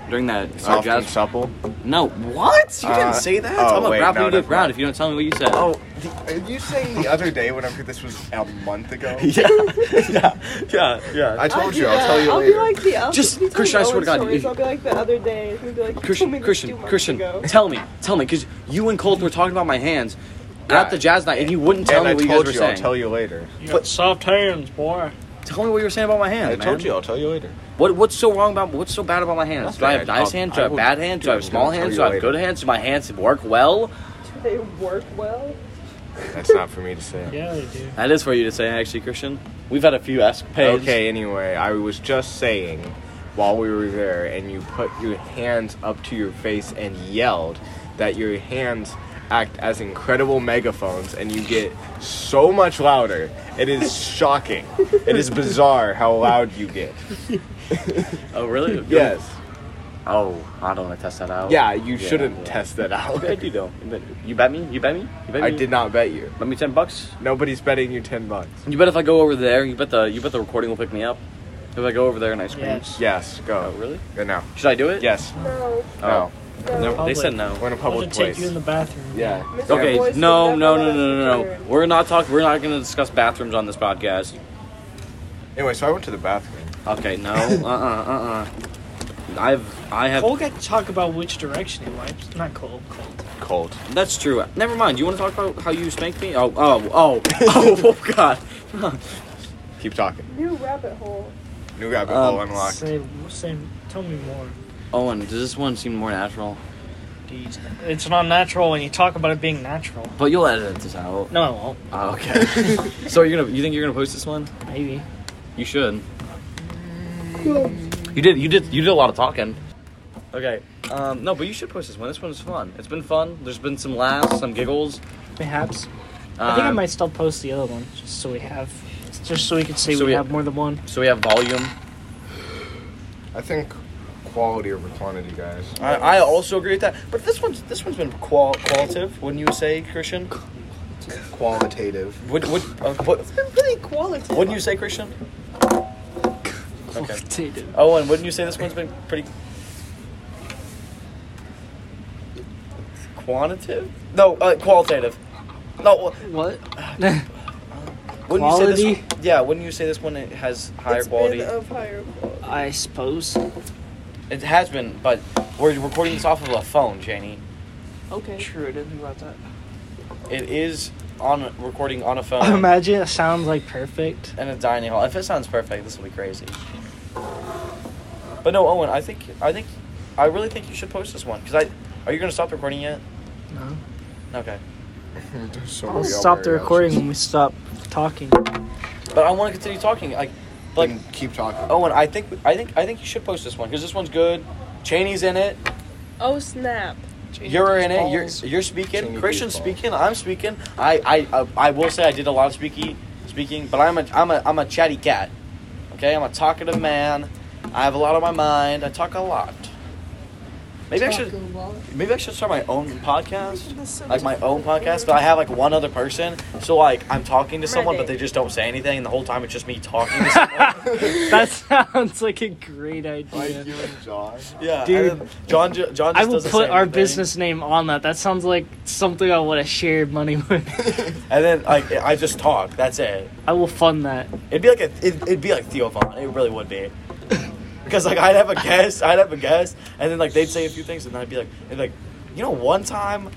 S1: During that uh,
S3: Soft
S1: jazz-
S3: and supple.
S1: No, what? You
S3: Uh,
S1: didn't say that.
S3: oh,
S1: I'm gonna
S3: wait,
S1: grab
S3: no,
S1: you to the
S3: never
S1: ground
S3: mind.
S1: if you don't tell me what you said.
S3: Oh, the, are you saying the other day whenever this was a month ago?
S1: yeah, yeah, yeah, yeah.
S3: I told
S5: do
S3: you. I'll
S5: that.
S3: tell you
S5: I'll
S3: later.
S5: Be like the, I'll
S1: Just-
S5: be telling
S1: Christian, I swear to
S5: Owen
S1: God,
S5: stories,
S1: you-
S5: I'll be like the other day. and He'll be like, you told me
S1: Christian,
S5: this two
S1: Christian,
S5: months
S1: Christian,
S5: ago.
S1: tell me, tell me, because you and Colt were talking about my hands
S3: Yeah.
S1: at the jazz night, and you wouldn't tell
S3: and
S1: me
S3: I
S1: what you guys
S3: told
S1: were
S3: you.
S1: saying.
S3: I'll tell you later.
S4: You got soft hands, boy.
S1: Tell me what you were saying about my hands.
S3: I told
S1: man.
S3: you. I'll tell you later.
S1: What what's so wrong about what's so bad about my hands? Do I have
S3: Nothing.
S1: nice
S3: I'll-
S1: hands?
S3: I
S1: Do I have
S3: will-
S1: bad hands? Do I have
S3: Dude,
S1: small
S3: I'll tell
S1: hands?
S3: you
S1: Do I have
S3: later.
S1: good hands? Do my hands work well?
S5: Do they work well?
S3: That's not for me to say.
S4: Yeah, they do.
S1: That is for you to say, actually, Christian. We've had a few escapades.
S3: Okay, anyway, I was just saying while we were there, and you put your hands up to your face and yelled that your hands act as incredible megaphones, and you get so much louder. It is shocking. it is bizarre how loud you get.
S1: Oh really?
S3: Yes.
S1: Oh, I don't want to test that out.
S3: Yeah, you shouldn't
S1: yeah.
S3: test that out.
S1: I do though. You bet- You bet me. You bet me. You bet me.
S3: I did not bet you.
S1: Bet me ten bucks.
S3: Nobody's betting you ten bucks.
S1: You bet if I go over there, you bet the you bet the recording will pick me up. If I go over there and I scream.
S4: Yes.
S3: Yes,
S1: Oh
S3: go.
S1: really?
S3: Uh, No.
S1: Should I do it?
S3: Yes.
S5: No.
S1: Oh.
S3: No.
S5: No.
S1: No, they said no.
S3: We're in a
S4: I'll
S3: public
S4: just take you in
S3: place.
S4: the bathroom.
S3: Yeah.
S5: Mr.
S1: Okay,
S5: Boyce would
S1: no,
S5: never
S1: no,
S5: let
S1: no,
S5: us
S1: no, no,
S5: return.
S1: no. We're not talking. We're not going to discuss bathrooms on this podcast.
S3: Anyway, so I went to the bathroom.
S1: Okay, no, uh, uh, uh, uh. I've, I have.
S4: Cole got to talk about which direction he wipes. Not Cole. Colt.
S3: Cold.
S1: That's true. Never mind. You want to talk about how you spanked me? Oh, oh, oh, oh, oh God.
S3: Keep talking.
S5: New rabbit hole.
S3: New rabbit
S1: Um,
S3: hole unlocked.
S4: Say, say, tell me more.
S1: Owen, does this one seem more natural?
S4: Jeez. It's not natural when you talk about it being natural.
S1: But you'll edit this out.
S4: No, I won't.
S1: Oh, okay. so you're gonna, you think you're gonna post this one?
S4: Maybe.
S1: You should. You did. You did. You did a lot of talking. Okay. Um, no, but you should post this one. This one's fun. It's been fun. There's been some laughs, some giggles.
S4: Perhaps. I think I
S1: Um,
S4: might still post the other one just so we have, just so we can see
S1: So
S4: we,
S1: we-
S4: have more than one.
S1: um, So we have volume.
S3: I think quality over quantity, guys.
S1: I, I also agree with that. But this one's this one's been qual- qualitative, wouldn't you say, Christian?
S3: Qualitative.
S1: Would would uh, what,
S5: It's been pretty qualitative.
S1: wouldn't you say, Christian? Okay. Oh, and wouldn't you say this one's been pretty quantitative? No, uh, qualitative. No, wh-
S4: What?
S1: wouldn't you say
S4: Quality?
S5: uh,
S1: this? One, yeah, wouldn't you say this one has higher
S5: It's been
S1: quality?
S4: Uh,
S5: of higher quality.
S4: I suppose.
S1: It has been, but we're recording this off of a phone, Janie.
S5: Okay.
S2: True, I didn't think about that.
S1: It is on recording on a phone
S4: Imagine it sounds like perfect.
S1: in a dining hall. If it sounds perfect, this will be crazy. But no, Owen, I think I think I really think you should post this one because I are you gonna stop the recording yet?
S4: No.
S1: Okay,
S3: There's so
S4: I'll
S3: many
S4: stop the
S3: other
S4: recording
S3: options.
S4: when we stop talking.
S1: but I want to continue talking. Like, like
S4: Mm.
S3: And keep talking.
S4: Oh.
S1: Owen, I think I think I think you should post this one because this one's good. Cheney's in it.
S5: Oh snap!
S1: You're in it. You're
S4: Balls.
S1: you're speaking.
S3: Cheney
S1: Christian's
S3: goofball.
S1: speaking. I'm speaking. I I uh, I will say I did a lot of speaking speaking, but I'm a I'm a I'm a chatty cat. Okay, I'm a talkative man. I have a lot on my mind. I talk a lot. Maybe I should maybe I should start my own podcast, like my own podcast. But I have like one other person, so like I'm talking to someone, but
S5: Ready.
S1: they just don't say anything, and the whole time it's just me talking to someone.
S4: That sounds like a great
S3: Like
S4: idea.
S3: you and John.
S1: Yeah, I
S4: Dude.
S1: don't- John, ju- John. Just
S4: I will
S1: doesn't say
S4: put our
S1: anything.
S4: business name on that. That sounds like something I would have shared money with.
S1: and then like I just talk. That's it.
S4: I will fund that.
S1: It'd be like a, it'd, it'd be like Theophon. It really would be, because like I'd have a guest, I'd have a guest, and then like they'd say a few things, and I'd be like, and like, you know, one time,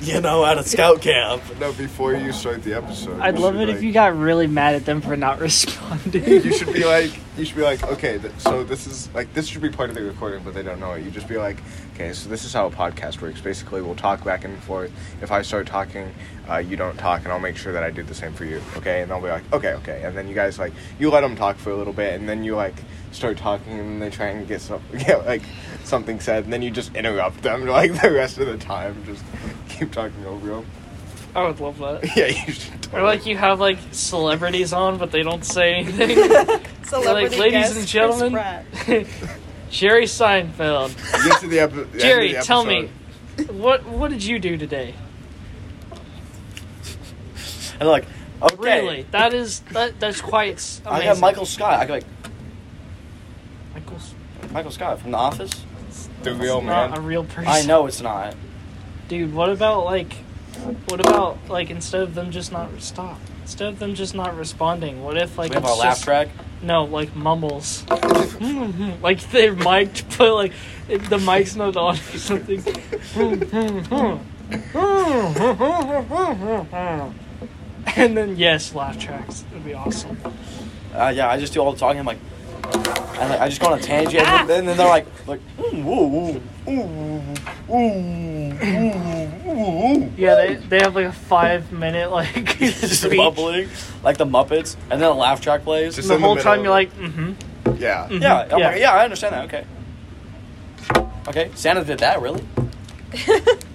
S1: you know, at a scout camp,
S3: No, before you start the episode,
S4: I'd
S3: you
S4: love
S3: should,
S4: it if
S3: like-
S4: you got really mad at them for not responding.
S3: You should be like, you should be like, okay, th- so this is like, this should be part of the recording, but they don't know it. You just be like, okay, so this is how a podcast works. Basically, we'll talk back and forth. If I start talking, uh, you don't talk, and I'll make sure that I do the same for you, okay? And they'll be like, okay, okay. And then you guys like, you let them talk for a little bit, and then you like start talking, and they try and get some, get like something said, and then you just interrupt them like the rest of the time. Just keep talking over them.
S4: I would love that.
S3: yeah, you should.
S4: Or
S3: totally-
S4: like you have like celebrities on, but they don't say anything.
S5: Celebrity
S4: ladies
S5: guest,
S4: and
S5: Chris
S4: gentlemen,
S5: Pratt.
S4: Jerry Seinfeld,
S3: Get to the epi- the end of the
S4: Jerry, tell me,
S3: episode.
S4: what what did you do today?
S1: and they're like, okay,
S4: Really, that is that that's quite. s-
S1: I
S4: Amazing.
S1: got Michael Scott. I got
S4: Michael's
S1: like Michael Scott from The Office.
S3: The real man.
S4: not a real person.
S1: I know it's not.
S4: dude. What about like, what about like instead of them just not stop, instead of them just not responding, what if like
S1: we have
S4: it's
S1: our laugh
S4: just-
S1: track.
S4: No, like mumbles. like they're mic'd, but like it, the mic's not on or something. and then yes, laugh tracks. It'd be awesome.
S1: Uh, yeah, I just do all the talking. I'm like, and like, I just go on a tangent,
S4: Ah!
S1: and then, and then they're like, like, ooh, ooh, ooh, ooh, ooh, ooh, ooh, ooh.
S4: Yeah, they they have like a five minute like
S1: just
S4: speech.
S1: bubbling, like the Muppets, and then a laugh track plays.
S3: Just-
S4: And the
S3: in the
S4: whole time
S3: middle.
S4: you're like, mm-hmm.
S1: yeah,
S3: Yeah.
S1: I'm
S4: yeah.
S1: like, yeah, I understand that. Okay, okay, Santa did that really?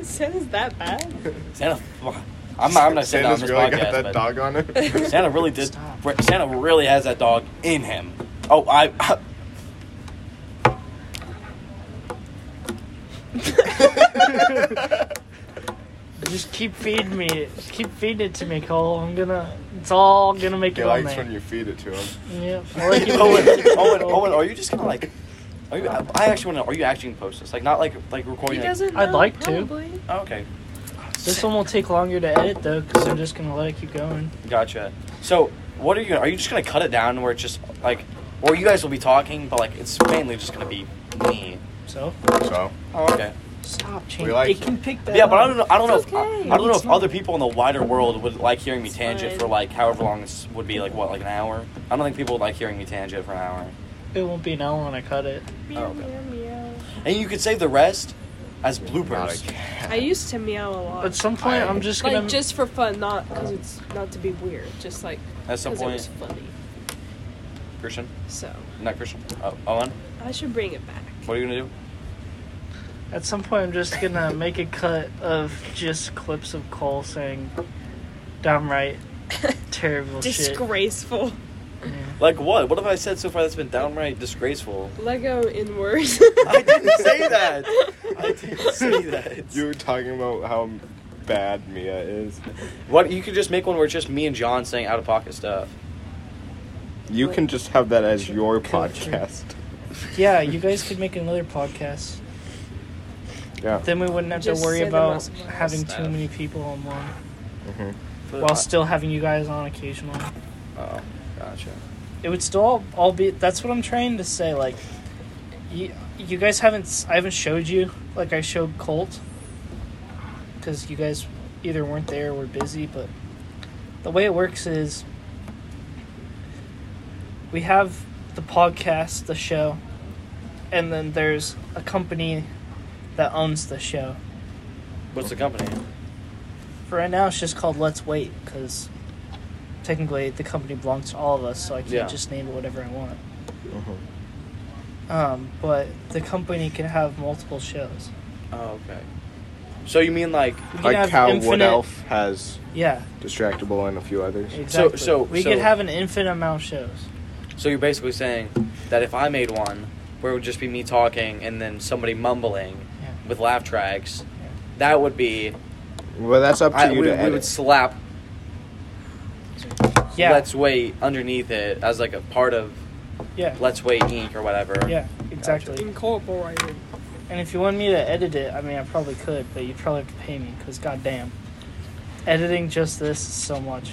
S5: Sounds that bad?
S1: Santa, I'm not, I'm not saying that on
S3: Santa's
S1: this
S3: really
S1: podcast,
S3: got that
S1: but
S3: dog on it.
S1: Santa really did.
S4: Stop.
S1: Santa really has that dog in him. Oh, I.
S4: Just keep feeding me. it. Just keep feeding it to me, Cole. I'm gonna. It's all gonna make
S3: he
S4: it on
S3: likes when
S4: there.
S3: you feed it to him.
S4: Yeah. I like it.
S1: Owen, Owen, Owen, are you just gonna like? Are you, I I actually want to. Are you actually gonna post this? Like, not like like recording.
S5: He
S1: like-
S5: doesn't.
S4: I'd
S5: know,
S4: like to.
S5: probably. to.
S1: oh, okay,
S4: This one will take longer to edit though, because I'm just gonna let it keep going.
S1: gotcha. So, what are you? Are you just gonna cut it down where it's just like, or you guys will be talking, but like it's mainly just gonna be me.
S4: So
S3: So
S1: Oh, okay.
S4: stop changing.
S3: like
S4: it
S3: it.
S4: can pick that.
S1: Yeah, but I
S4: up.
S1: don't know. I don't know.
S5: It's
S1: If, I,
S5: okay.
S1: I don't know
S4: It's
S1: if
S4: not-
S1: other people in the wider world would like hearing me
S5: It's
S1: tangent
S5: fine.
S1: for like however long this would be, like what, like an hour. I don't think people would like hearing me tangent for an hour.
S4: It won't be now when I cut it.
S5: Meow,
S1: Oh, okay.
S5: meow, meow.
S1: And you could save the rest as
S3: not
S1: bloopers.
S5: I used to meow a lot.
S4: At some point,
S3: I-
S4: I'm just
S5: like
S4: gonna.
S5: just for fun, not because it's not to be weird, just like
S1: At some
S5: because it was
S1: point,
S5: funny.
S1: Christian,
S5: So
S1: not Christian. Oh, Owen,
S5: I should bring it back.
S1: what are you gonna do?
S4: At some point, I'm just gonna make a cut of just clips of Cole saying downright terrible shit.
S5: Disgraceful.
S1: Like what? What have I said so far that's been downright disgraceful?
S5: Lego in words.
S1: I didn't say that. I didn't say that.
S3: you were talking about how bad Mia is.
S1: What you could just make one where it's just me and John saying out of pocket stuff.
S3: You can just have that as your
S4: Culture.
S3: podcast.
S4: Yeah, you guys could make another podcast.
S3: Yeah.
S4: Then we wouldn't have to
S5: Just
S4: worry
S5: say the
S4: about
S5: most normal
S4: having too
S1: stuff.
S4: many people on one,
S3: Mm-hmm.
S1: But
S4: while
S1: I-
S4: still having you guys on occasionally.
S1: oh, gotcha.
S4: It would still all, all be. That's what I'm trying to say. Like, you, you guys haven't s- I haven't showed you like I showed Colt because you guys either weren't there or were busy. But the way it works is we have the podcast, the show, and then there's a company that owns the show.
S1: What's the company?
S4: For right now, it's just called Let's Wait because technically the company belongs to all of us, so I can't
S1: Yeah.
S4: just name it whatever I want.
S3: Mm-hmm.
S4: Um, but the company can have multiple shows.
S1: Oh, okay. So you mean like
S4: We can
S3: Like
S4: have
S3: how Wood
S4: infinite-
S3: Elf has
S4: Yeah,
S3: Distractable and a few others.
S4: exactly.
S1: so-
S4: we
S1: so-
S4: could have an infinite amount of shows.
S1: So you're basically saying that if I made one where it would just be me talking and then somebody mumbling
S4: Yeah.
S1: with laugh tracks, that would be
S3: Well, that's up to
S1: I,
S3: you
S1: we,
S3: to
S1: we
S3: edit.
S1: would slap
S4: Yeah,
S1: Let's Wait underneath it as like a part of
S4: yeah,
S1: Let's Wait Inc. or whatever.
S4: yeah, exactly.
S5: Incorporated.
S4: And if you wanted me to edit it, I mean, I probably could, but you'd probably have to pay me because goddamn, editing just this is so much.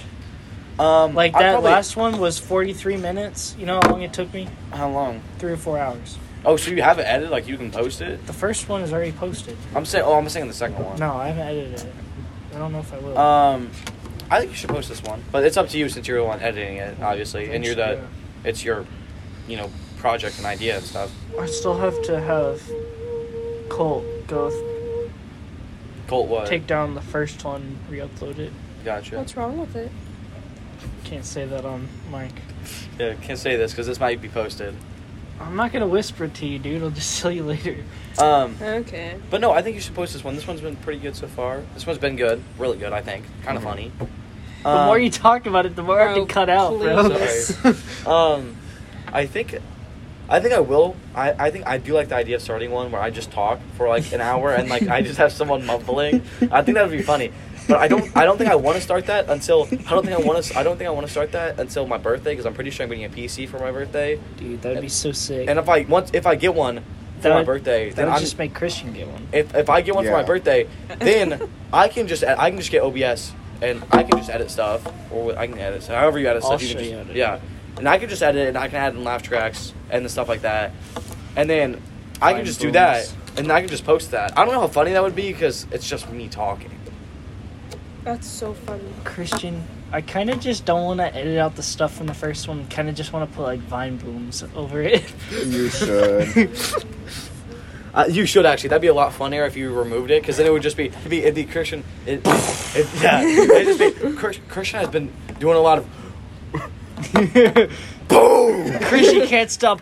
S1: Um,
S4: Like
S1: I'd
S4: that
S1: probably-
S4: last one was forty-three minutes. You know how long it took me?
S1: How long?
S4: Three or four hours.
S1: Oh, so you have it edited? Like you can post it?
S4: The first one is already posted.
S1: I'm saying. Oh, I'm saying the second one.
S4: No, I haven't edited it. I don't know if I will.
S1: Um, I think you should post this one, but it's up to you since you're the one editing it, obviously, and you're the. It's your, you know, project and idea and stuff.
S4: I still have to have Colt go th-
S1: Colt what?
S4: take down the first one, re-upload it.
S1: Gotcha.
S5: What's wrong with it?
S4: Can't say that on mic.
S1: Yeah, can't say this because this might be posted.
S4: I'm not gonna whisper it to you, dude. I'll just tell you later.
S1: Um,
S5: Okay.
S1: but no, I think you should post this one. This one's been pretty good so far. This one's been good, really good, I think. Kind of funny.
S4: The
S1: Uh,
S4: more you talk about it, the more I have
S5: Bro,
S4: to cut out, bro.
S5: please.
S1: um, I think, I think I will. I, I think I do like the idea of starting one where I just talk for like an hour and like I just have someone mumbling. I think that would be funny. But I don't. I don't think I want to start that until. I don't think I want to. I don't think I want to start that until my birthday because I'm pretty sure I'm getting a PC for my birthday.
S4: Dude, that'd be so sick.
S1: And if I once if I get one for my
S4: That-
S1: birthday,
S4: that
S1: then
S4: would
S1: I'm
S4: just make Christian get one.
S1: if, if I get one for my
S3: Yeah.
S1: birthday, then I can just I can just get OBS and I can just edit stuff or I can edit stuff, however you edit
S4: I'll
S1: stuff. You can
S4: show
S1: just,
S4: you how to do
S1: yeah, and I can just edit it and I can add in laugh tracks and the stuff like that, and then I can
S4: Fine
S1: just do
S4: booms.
S1: that and I can just post that. I don't know how funny that would be because it's just me talking.
S5: That's so funny.
S4: Christian, I kind of just don't want to edit out the stuff from the first one. Kind of just want to put like vine booms over it.
S3: you should.
S1: Uh, you should actually. That'd be a lot funnier if you removed it, because then it would just be it'd be, it'd be Christian. It, it, yeah, it'd just be, Chris- Christian has been doing a lot of boom.
S4: Christian can't stop.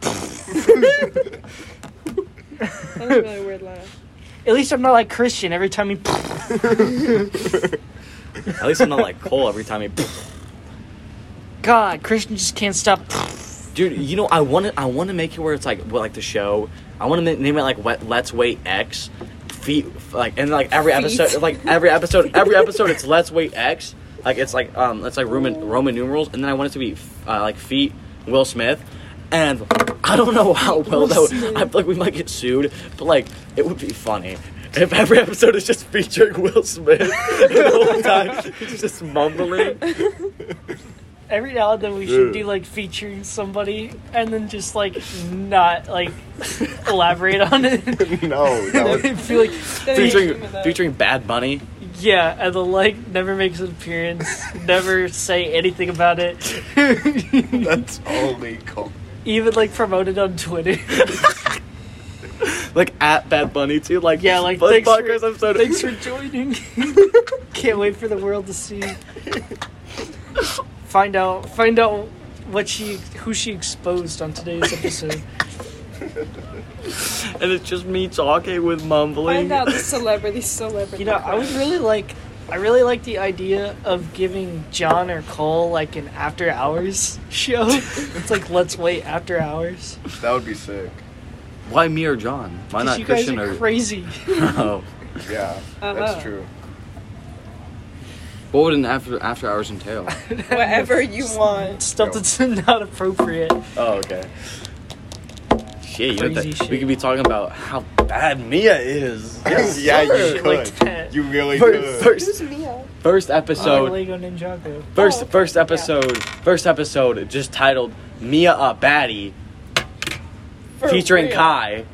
S5: That was a really weird laugh.
S4: At least I'm not like Christian every time he.
S1: At least I'm not like Cole every time he.
S4: God, Christian just can't stop.
S1: Dude, you know I want to I want to make it where it's like what like the show. I want to name it like what, Let's Wait X, feet like and like every episode like every episode every episode it's Let's Wait X. Like it's like um it's like Roman Roman numerals and then I want it to be uh, like feet Will Smith. And I don't know how well that would. I feel like we might get sued, but like it would be funny if every episode is just featuring Will Smith the whole time. He's just mumbling.
S4: Every now and then we should do like featuring somebody and then just like not like elaborate on it.
S3: no, that would,
S4: I feel like
S5: That is
S1: featuring
S5: stupid, though.
S1: featuring Bad Bunny.
S4: yeah, and the like never makes an appearance, never say anything about it.
S3: that's only cool.
S4: Even like promoted on Twitter.
S1: like at Bad Bunny too. Like
S4: Yeah, like,
S1: Bud
S4: thanks for-
S1: Podcast episode.
S4: Thanks for joining. Can't wait for the world to see. Find out find out what she who she exposed on today's episode.
S1: and it's just me talking with mumbling.
S5: Find out the celebrity celebrity.
S4: You know, I would really like I really like the idea of giving John or Cole like an after hours show. it's like let's wait after hours.
S3: That would be sick.
S1: Why me or John? Why
S4: 'Cause
S1: not
S4: you guys
S1: Christian
S4: are
S1: or Oh.
S4: crazy.
S1: no?
S3: Yeah,
S5: Uh-huh.
S3: that's true.
S2: What would an after after hours entail?
S5: Whatever you want.
S4: Stuff that's not appropriate.
S1: Oh, okay. Shit, you know
S4: Crazy
S1: that-
S4: shit.
S1: we could be talking about how bad Mia is.
S3: yeah, you
S4: Shit
S3: could.
S4: like that.
S3: you really
S1: First,
S3: could.
S1: first,
S5: Who's Mia?
S1: first
S4: So,
S1: episode,
S4: Lego Ninjago.
S1: first,
S5: Oh, okay.
S1: first episode, first episode, just titled "Mia a Baddie."
S5: For
S1: featuring
S5: real.
S1: Kai,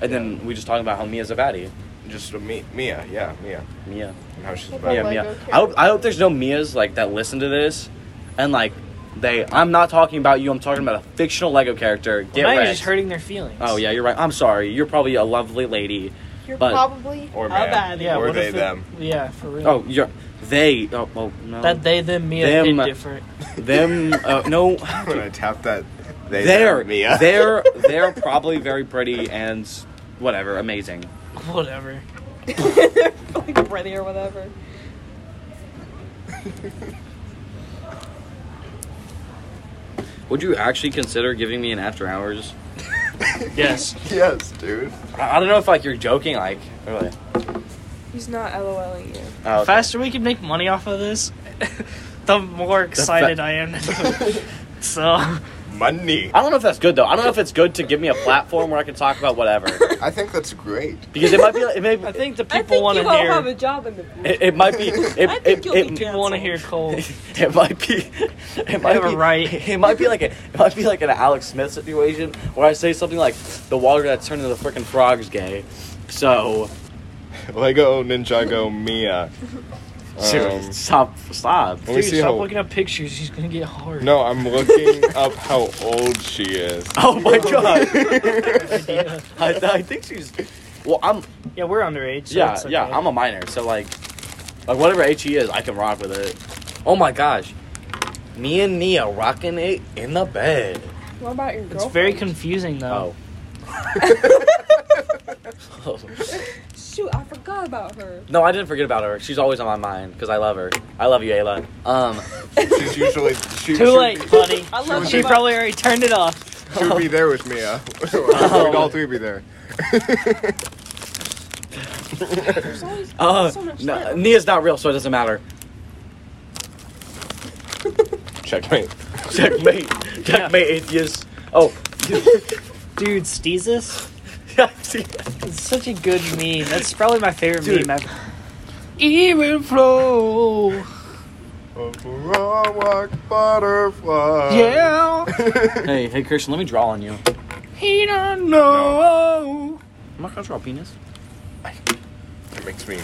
S1: and then we just talking about how Mia's a baddie.
S3: Just uh, Mi- Mia, yeah, Mia.
S1: Mia,
S3: And how she's
S5: Like
S3: about
S1: Mia,
S5: Lego
S1: Mia. I hope, I hope there's no Mias like that listen to this, and like they. I'm not talking about you. I'm talking about a fictional Lego character. Get
S4: now you're
S1: wrecked.
S4: just hurting their feelings.
S1: Oh yeah, you're right. I'm sorry. You're probably a lovely lady.
S9: You're
S1: But-
S9: probably
S3: or
S9: a
S3: man.
S9: baddie.
S4: Yeah.
S3: or
S4: what
S3: they
S4: if it-
S3: them.
S4: Yeah, for real.
S1: Oh, you're they. Oh well, no.
S4: that they them me are
S1: Them-
S4: different.
S1: them. Uh, no.
S3: I'm gonna tap that. They
S1: They're
S3: them, Mia.
S1: they're they're probably very pretty and whatever, amazing.
S4: Whatever.
S9: like ready or whatever.
S1: Would you actually consider giving me an after hours?
S4: Yes.
S3: yes, dude.
S1: I I don't know if like you're joking, like really.
S9: He's not LOLing you.
S1: Oh,
S4: The
S1: okay.
S4: faster we can make money off of this, the more excited I am to do it. So
S3: Money.
S1: I don't know if that's good though. I don't know if it's good to give me a platform where I can talk about whatever
S3: I think that's great.
S1: because it might be. It may.
S4: I
S1: It,
S4: think the
S9: I
S4: people
S9: think
S4: want
S9: you
S4: to
S9: all have a
S4: hear.
S9: job in the
S1: it might be. It,
S9: I think
S1: it,
S9: you'll
S1: it,
S9: be
S4: People want to hear Cole.
S1: It might be. It might
S4: have a
S1: be
S4: right.
S1: It might be like a. It might be like an Alex Smith situation where I say something like, "The water that turned into the freaking frog's gay." So
S3: Lego Ninjago Mia. Um,
S1: seriously, stop, stop.
S3: Let me
S4: Dude,
S3: see
S4: stop
S3: how-
S4: looking up pictures. He's gonna get hard.
S3: No, I'm looking up how old she is.
S1: Oh my god!
S4: Yeah,
S1: I, I think she's. Well, I'm.
S4: yeah we're underage. So
S1: yeah,
S4: it's okay.
S1: yeah. I'm a minor, so like, like whatever H he is, I can rock with it. Oh my gosh, me and Nia rocking it in the bed.
S9: What about your girlfriend?
S4: It's very confusing though.
S1: Oh.
S9: Shoot, I forgot about her.
S1: no, I didn't forget about her. She's always on my mind because I love her. I love you, Ayla. Um,
S3: She's usually she
S4: Too
S3: should,
S4: late, buddy.
S9: I love
S4: She
S9: you, but-
S4: probably already turned it off.
S3: should be there with Mia.
S4: Oh.
S3: We'd all three be there.
S9: There's always
S1: uh,
S9: so much
S1: no,
S9: left.
S1: Nia's not real, so it doesn't matter.
S3: Checkmate.
S1: Checkmate, checkmate, atheist. Oh,
S4: Dude, Steezus?
S1: yeah, I see.
S4: It's such a good meme. That's probably my favorite
S1: Dude.
S4: meme ever. Even flow.
S3: Rock butterfly.
S4: Yeah.
S1: hey, hey, Christian, let me draw on you. I'm
S4: He don't know.
S1: not gonna draw a penis.
S3: It makes me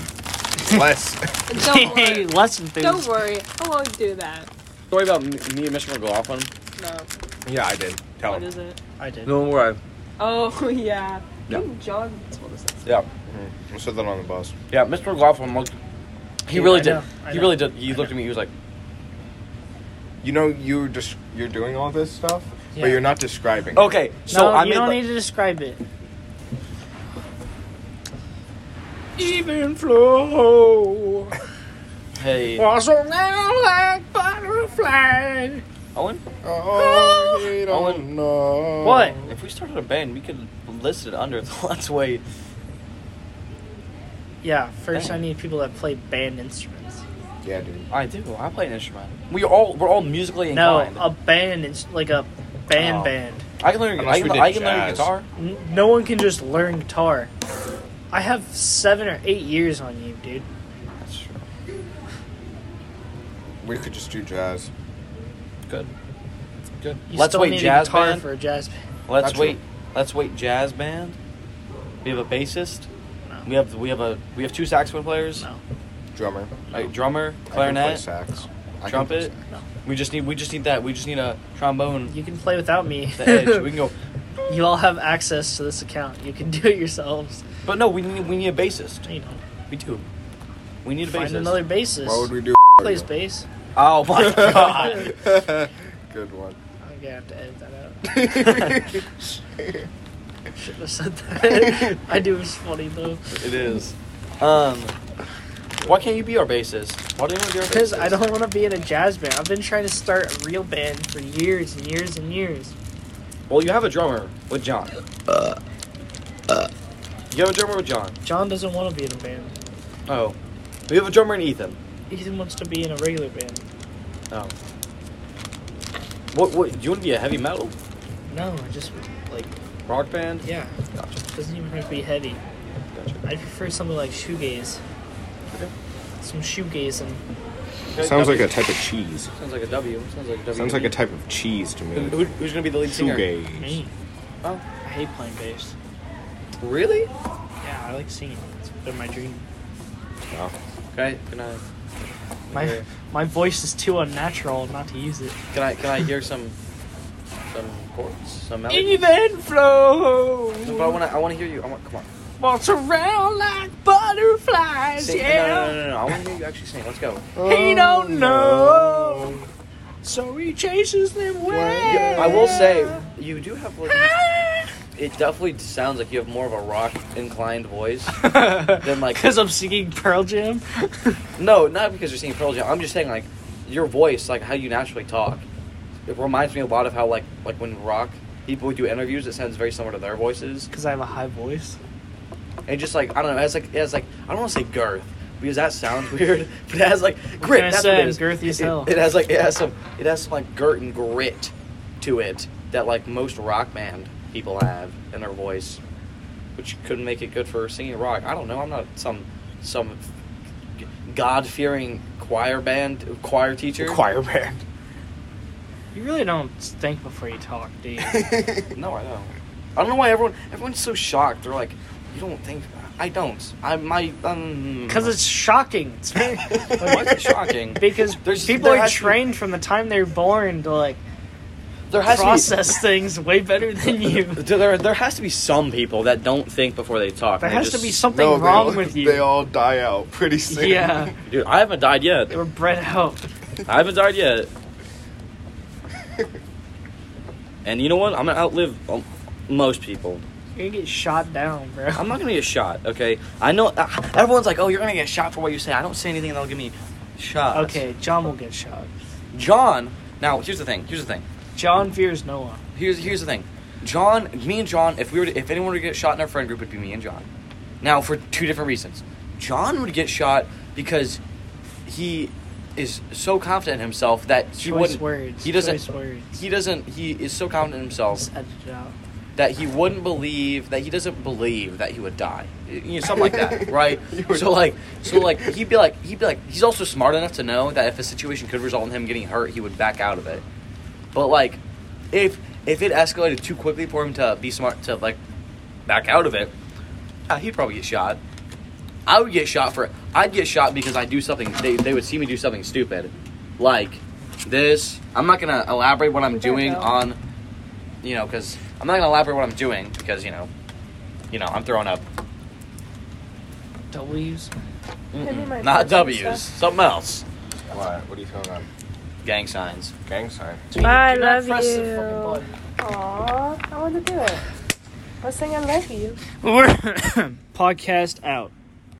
S3: less.
S9: Don't
S4: hey,
S9: worry.
S4: lesson things.
S9: Don't worry. I won't do that.
S1: Story about me me and Mr. McLaughlin.
S9: No.
S3: Yeah, I did. Tell
S9: What
S3: him.
S9: is it?
S4: I did.
S1: No, where I
S9: Oh yeah.
S1: Yeah.
S9: I think John told us this.
S1: Yeah,
S3: I said that on the bus.
S1: yeah. Mr. McLaughlin looked. He
S4: Dude,
S1: really
S4: I
S1: did.
S4: know, I
S1: He
S4: know.
S1: really did. He looked at me. He was like,
S3: You know, you're just you're doing all this stuff,
S4: Yeah.
S3: but you're not describing. it.
S1: "Okay, so
S4: no,
S1: I
S4: you
S1: made
S4: don't
S1: like-
S4: need to describe it. Even
S3: Oh.
S4: flow.
S1: hey,
S4: Was around like butterfly.
S1: Owen.
S3: Oh, you don't
S1: Owen. Oh.
S3: know.
S4: What?
S1: If we started a band, we could list it under the Let's Wait.
S4: Yeah, first
S1: Dang.
S4: I need people that play band instruments.
S3: Yeah, dude.
S1: I do. I play an instrument. We are all we're all musically
S4: No, uh,
S1: inclined.
S4: a band is like a band
S1: Oh.
S4: band.
S1: I can learn.
S3: Unless
S1: I can,
S3: we did
S1: I can learn
S3: jazz.
S1: guitar.
S4: N- no one can just learn guitar. I have seven or eight years on you, dude.
S1: That's true.
S3: We could just do jazz.
S1: Good. Good.
S4: You
S1: Let's
S4: still
S1: Wait
S4: need
S1: jazz
S4: a guitar
S1: band.
S4: for a jazz band.
S1: Let's
S3: That's
S1: wait. Let's wait. Jazz band. We have a bassist. We have we have a we have two saxophone players.
S4: No.
S3: Drummer.
S1: A drummer,
S3: I can play
S1: clarinet.
S3: sax. I can play
S1: trumpet.
S3: sax.
S1: We just need we just need that. We just need a trombone.
S4: You can play without me.
S1: The edge. We can go.
S4: you all have access to this account. You can do it yourselves.
S1: But no, we need we need a bassist.
S4: You know,
S1: We do. We need a
S4: find
S1: bassist.
S4: another bassist.
S3: What would we do?
S4: plays bass.
S1: Oh my god.
S3: Good one.
S4: I'm gonna have to edit that out. Shouldn't have said that. I do. It's funny though,
S1: It is. Um, why can't you be our bassist? Why do you want to be our
S4: because
S1: bassist?
S4: I don't want to be in a jazz band. I've been trying to start a real band for years and years and years.
S1: Well, you have a drummer with John. Uh, uh. You have a drummer with John.
S4: John doesn't want to be in a band.
S1: Oh. We have a drummer and Ethan.
S4: Ethan wants to be in a regular band.
S1: Oh. What? What? Do you want to be a heavy metal
S4: No, I just like
S1: rock band?
S4: yeah. Doesn't even have to be heavy.
S1: Gotcha.
S4: I prefer something like shoegaze.
S1: Okay.
S4: Some shoegazing.
S1: Okay,
S3: Sounds like
S1: W.
S3: a type of cheese.
S1: Sounds like a W. Sounds like a W.
S3: Sounds like a type of cheese to
S1: Who-
S3: me.
S1: who- Who's gonna be the lead singer?
S3: Shoegaze.
S4: Me.
S1: Oh.
S4: hate playing bass.
S1: Really?
S4: Yeah, I like singing. It's been my dream.
S1: Can I can I
S4: My
S1: Yeah.
S4: my voice is too unnatural not to use it.
S1: can I can I hear some some chords some melody?
S4: Even flow,
S1: But I wanna I wanna hear you. I want come on.
S4: waltz around like butterflies.
S1: Sing. No, no, no, no, no. I wanna hear you actually sing. Let's go.
S4: he don't know, so he chases them away.
S1: Oh, Yeah, I will say you do have. Like, it definitely sounds like you have more of a rock inclined voice than like
S4: because I'm singing Pearl Jam.
S1: No, not because you're singing Pearl Jam. I'm just saying like your voice, like how you naturally talk. It reminds me a lot of how like like when rock people do interviews, it sounds very similar to their voices.
S4: Because I have a high voice.
S1: And just like I don't know, it has like it has like I don't want to say girth because that sounds weird, but it has like grit.
S4: I
S1: That's
S4: say?
S1: what it
S4: I'm
S1: is.
S4: girthy as
S1: It-
S4: hell.
S1: It, has like it has some it has some like grit and grit to it that like most rock band people have in their voice, which could make it good for singing rock. I don't know. I'm not some some god fearing choir band choir teacher.
S3: Choir band.
S4: You really don't think before you talk, do you?
S1: No, I don't. I don't know why everyone everyone's so shocked. They're like, you don't think. I don't. I my um.
S4: Because it's shocking. It's very-
S1: Why is it shocking?
S4: because
S1: There's-
S4: people
S1: there
S4: are
S1: has to be-
S4: trained from the time they're born to like
S1: There has to be
S4: process things way better than you.
S1: There, there, there has to be some people that don't think before they talk.
S4: There
S1: They
S4: has to
S1: just-
S4: be something
S3: No, they
S4: wrong
S3: all-
S4: with you.
S3: They all die out pretty soon.
S4: yeah,
S1: Dude, I haven't died yet.
S4: they were bred out.
S1: I haven't died yet. and you know what? I'm gonna outlive um, most people.
S4: You're gonna get shot down, bro.
S1: I'm not gonna get shot. Okay. I know. Uh, everyone's like, "Oh, you're gonna get shot for what you say." I don't say anything, and they'll give me shot.
S4: Okay, John will get shot.
S1: John. Now, here's the thing. Here's the thing.
S4: John fears no one.
S1: Here's here's the thing. John, me and John, if we were to, if anyone were to get shot in our friend group, it'd be me and John. Now for two different reasons. John would get shot because he is so confident in himself that he
S4: Choice
S1: wouldn't
S4: words.
S1: he doesn't
S4: Choice words.
S1: he doesn't he is so confident in himself
S4: Just edit it out.
S1: that he wouldn't believe that he doesn't believe that he would die you know something like that right so like so like he'd be like he'd be like he's also smart enough to know that if a situation could result in him getting hurt he would back out of it but like if if it escalated too quickly for him to be smart to like back out of it uh, he'd probably get shot i would get shot for i'd get shot because i do something they, they would see me do something stupid like this i'm not gonna elaborate what i'm doing on you know, because I'm not gonna elaborate what I'm doing because you know, you know, I'm throwing up
S4: W's.
S5: Maybe my
S1: not
S5: friends and
S1: W's,
S5: stuff.
S1: something else.
S3: What? What are you throwing up?
S1: Gang signs.
S3: Gang sign.
S5: I
S4: Do not
S5: love
S4: press the
S5: you.
S4: fucking button.
S5: Aw, I want to do it. I was saying I love you.
S4: We're podcast out.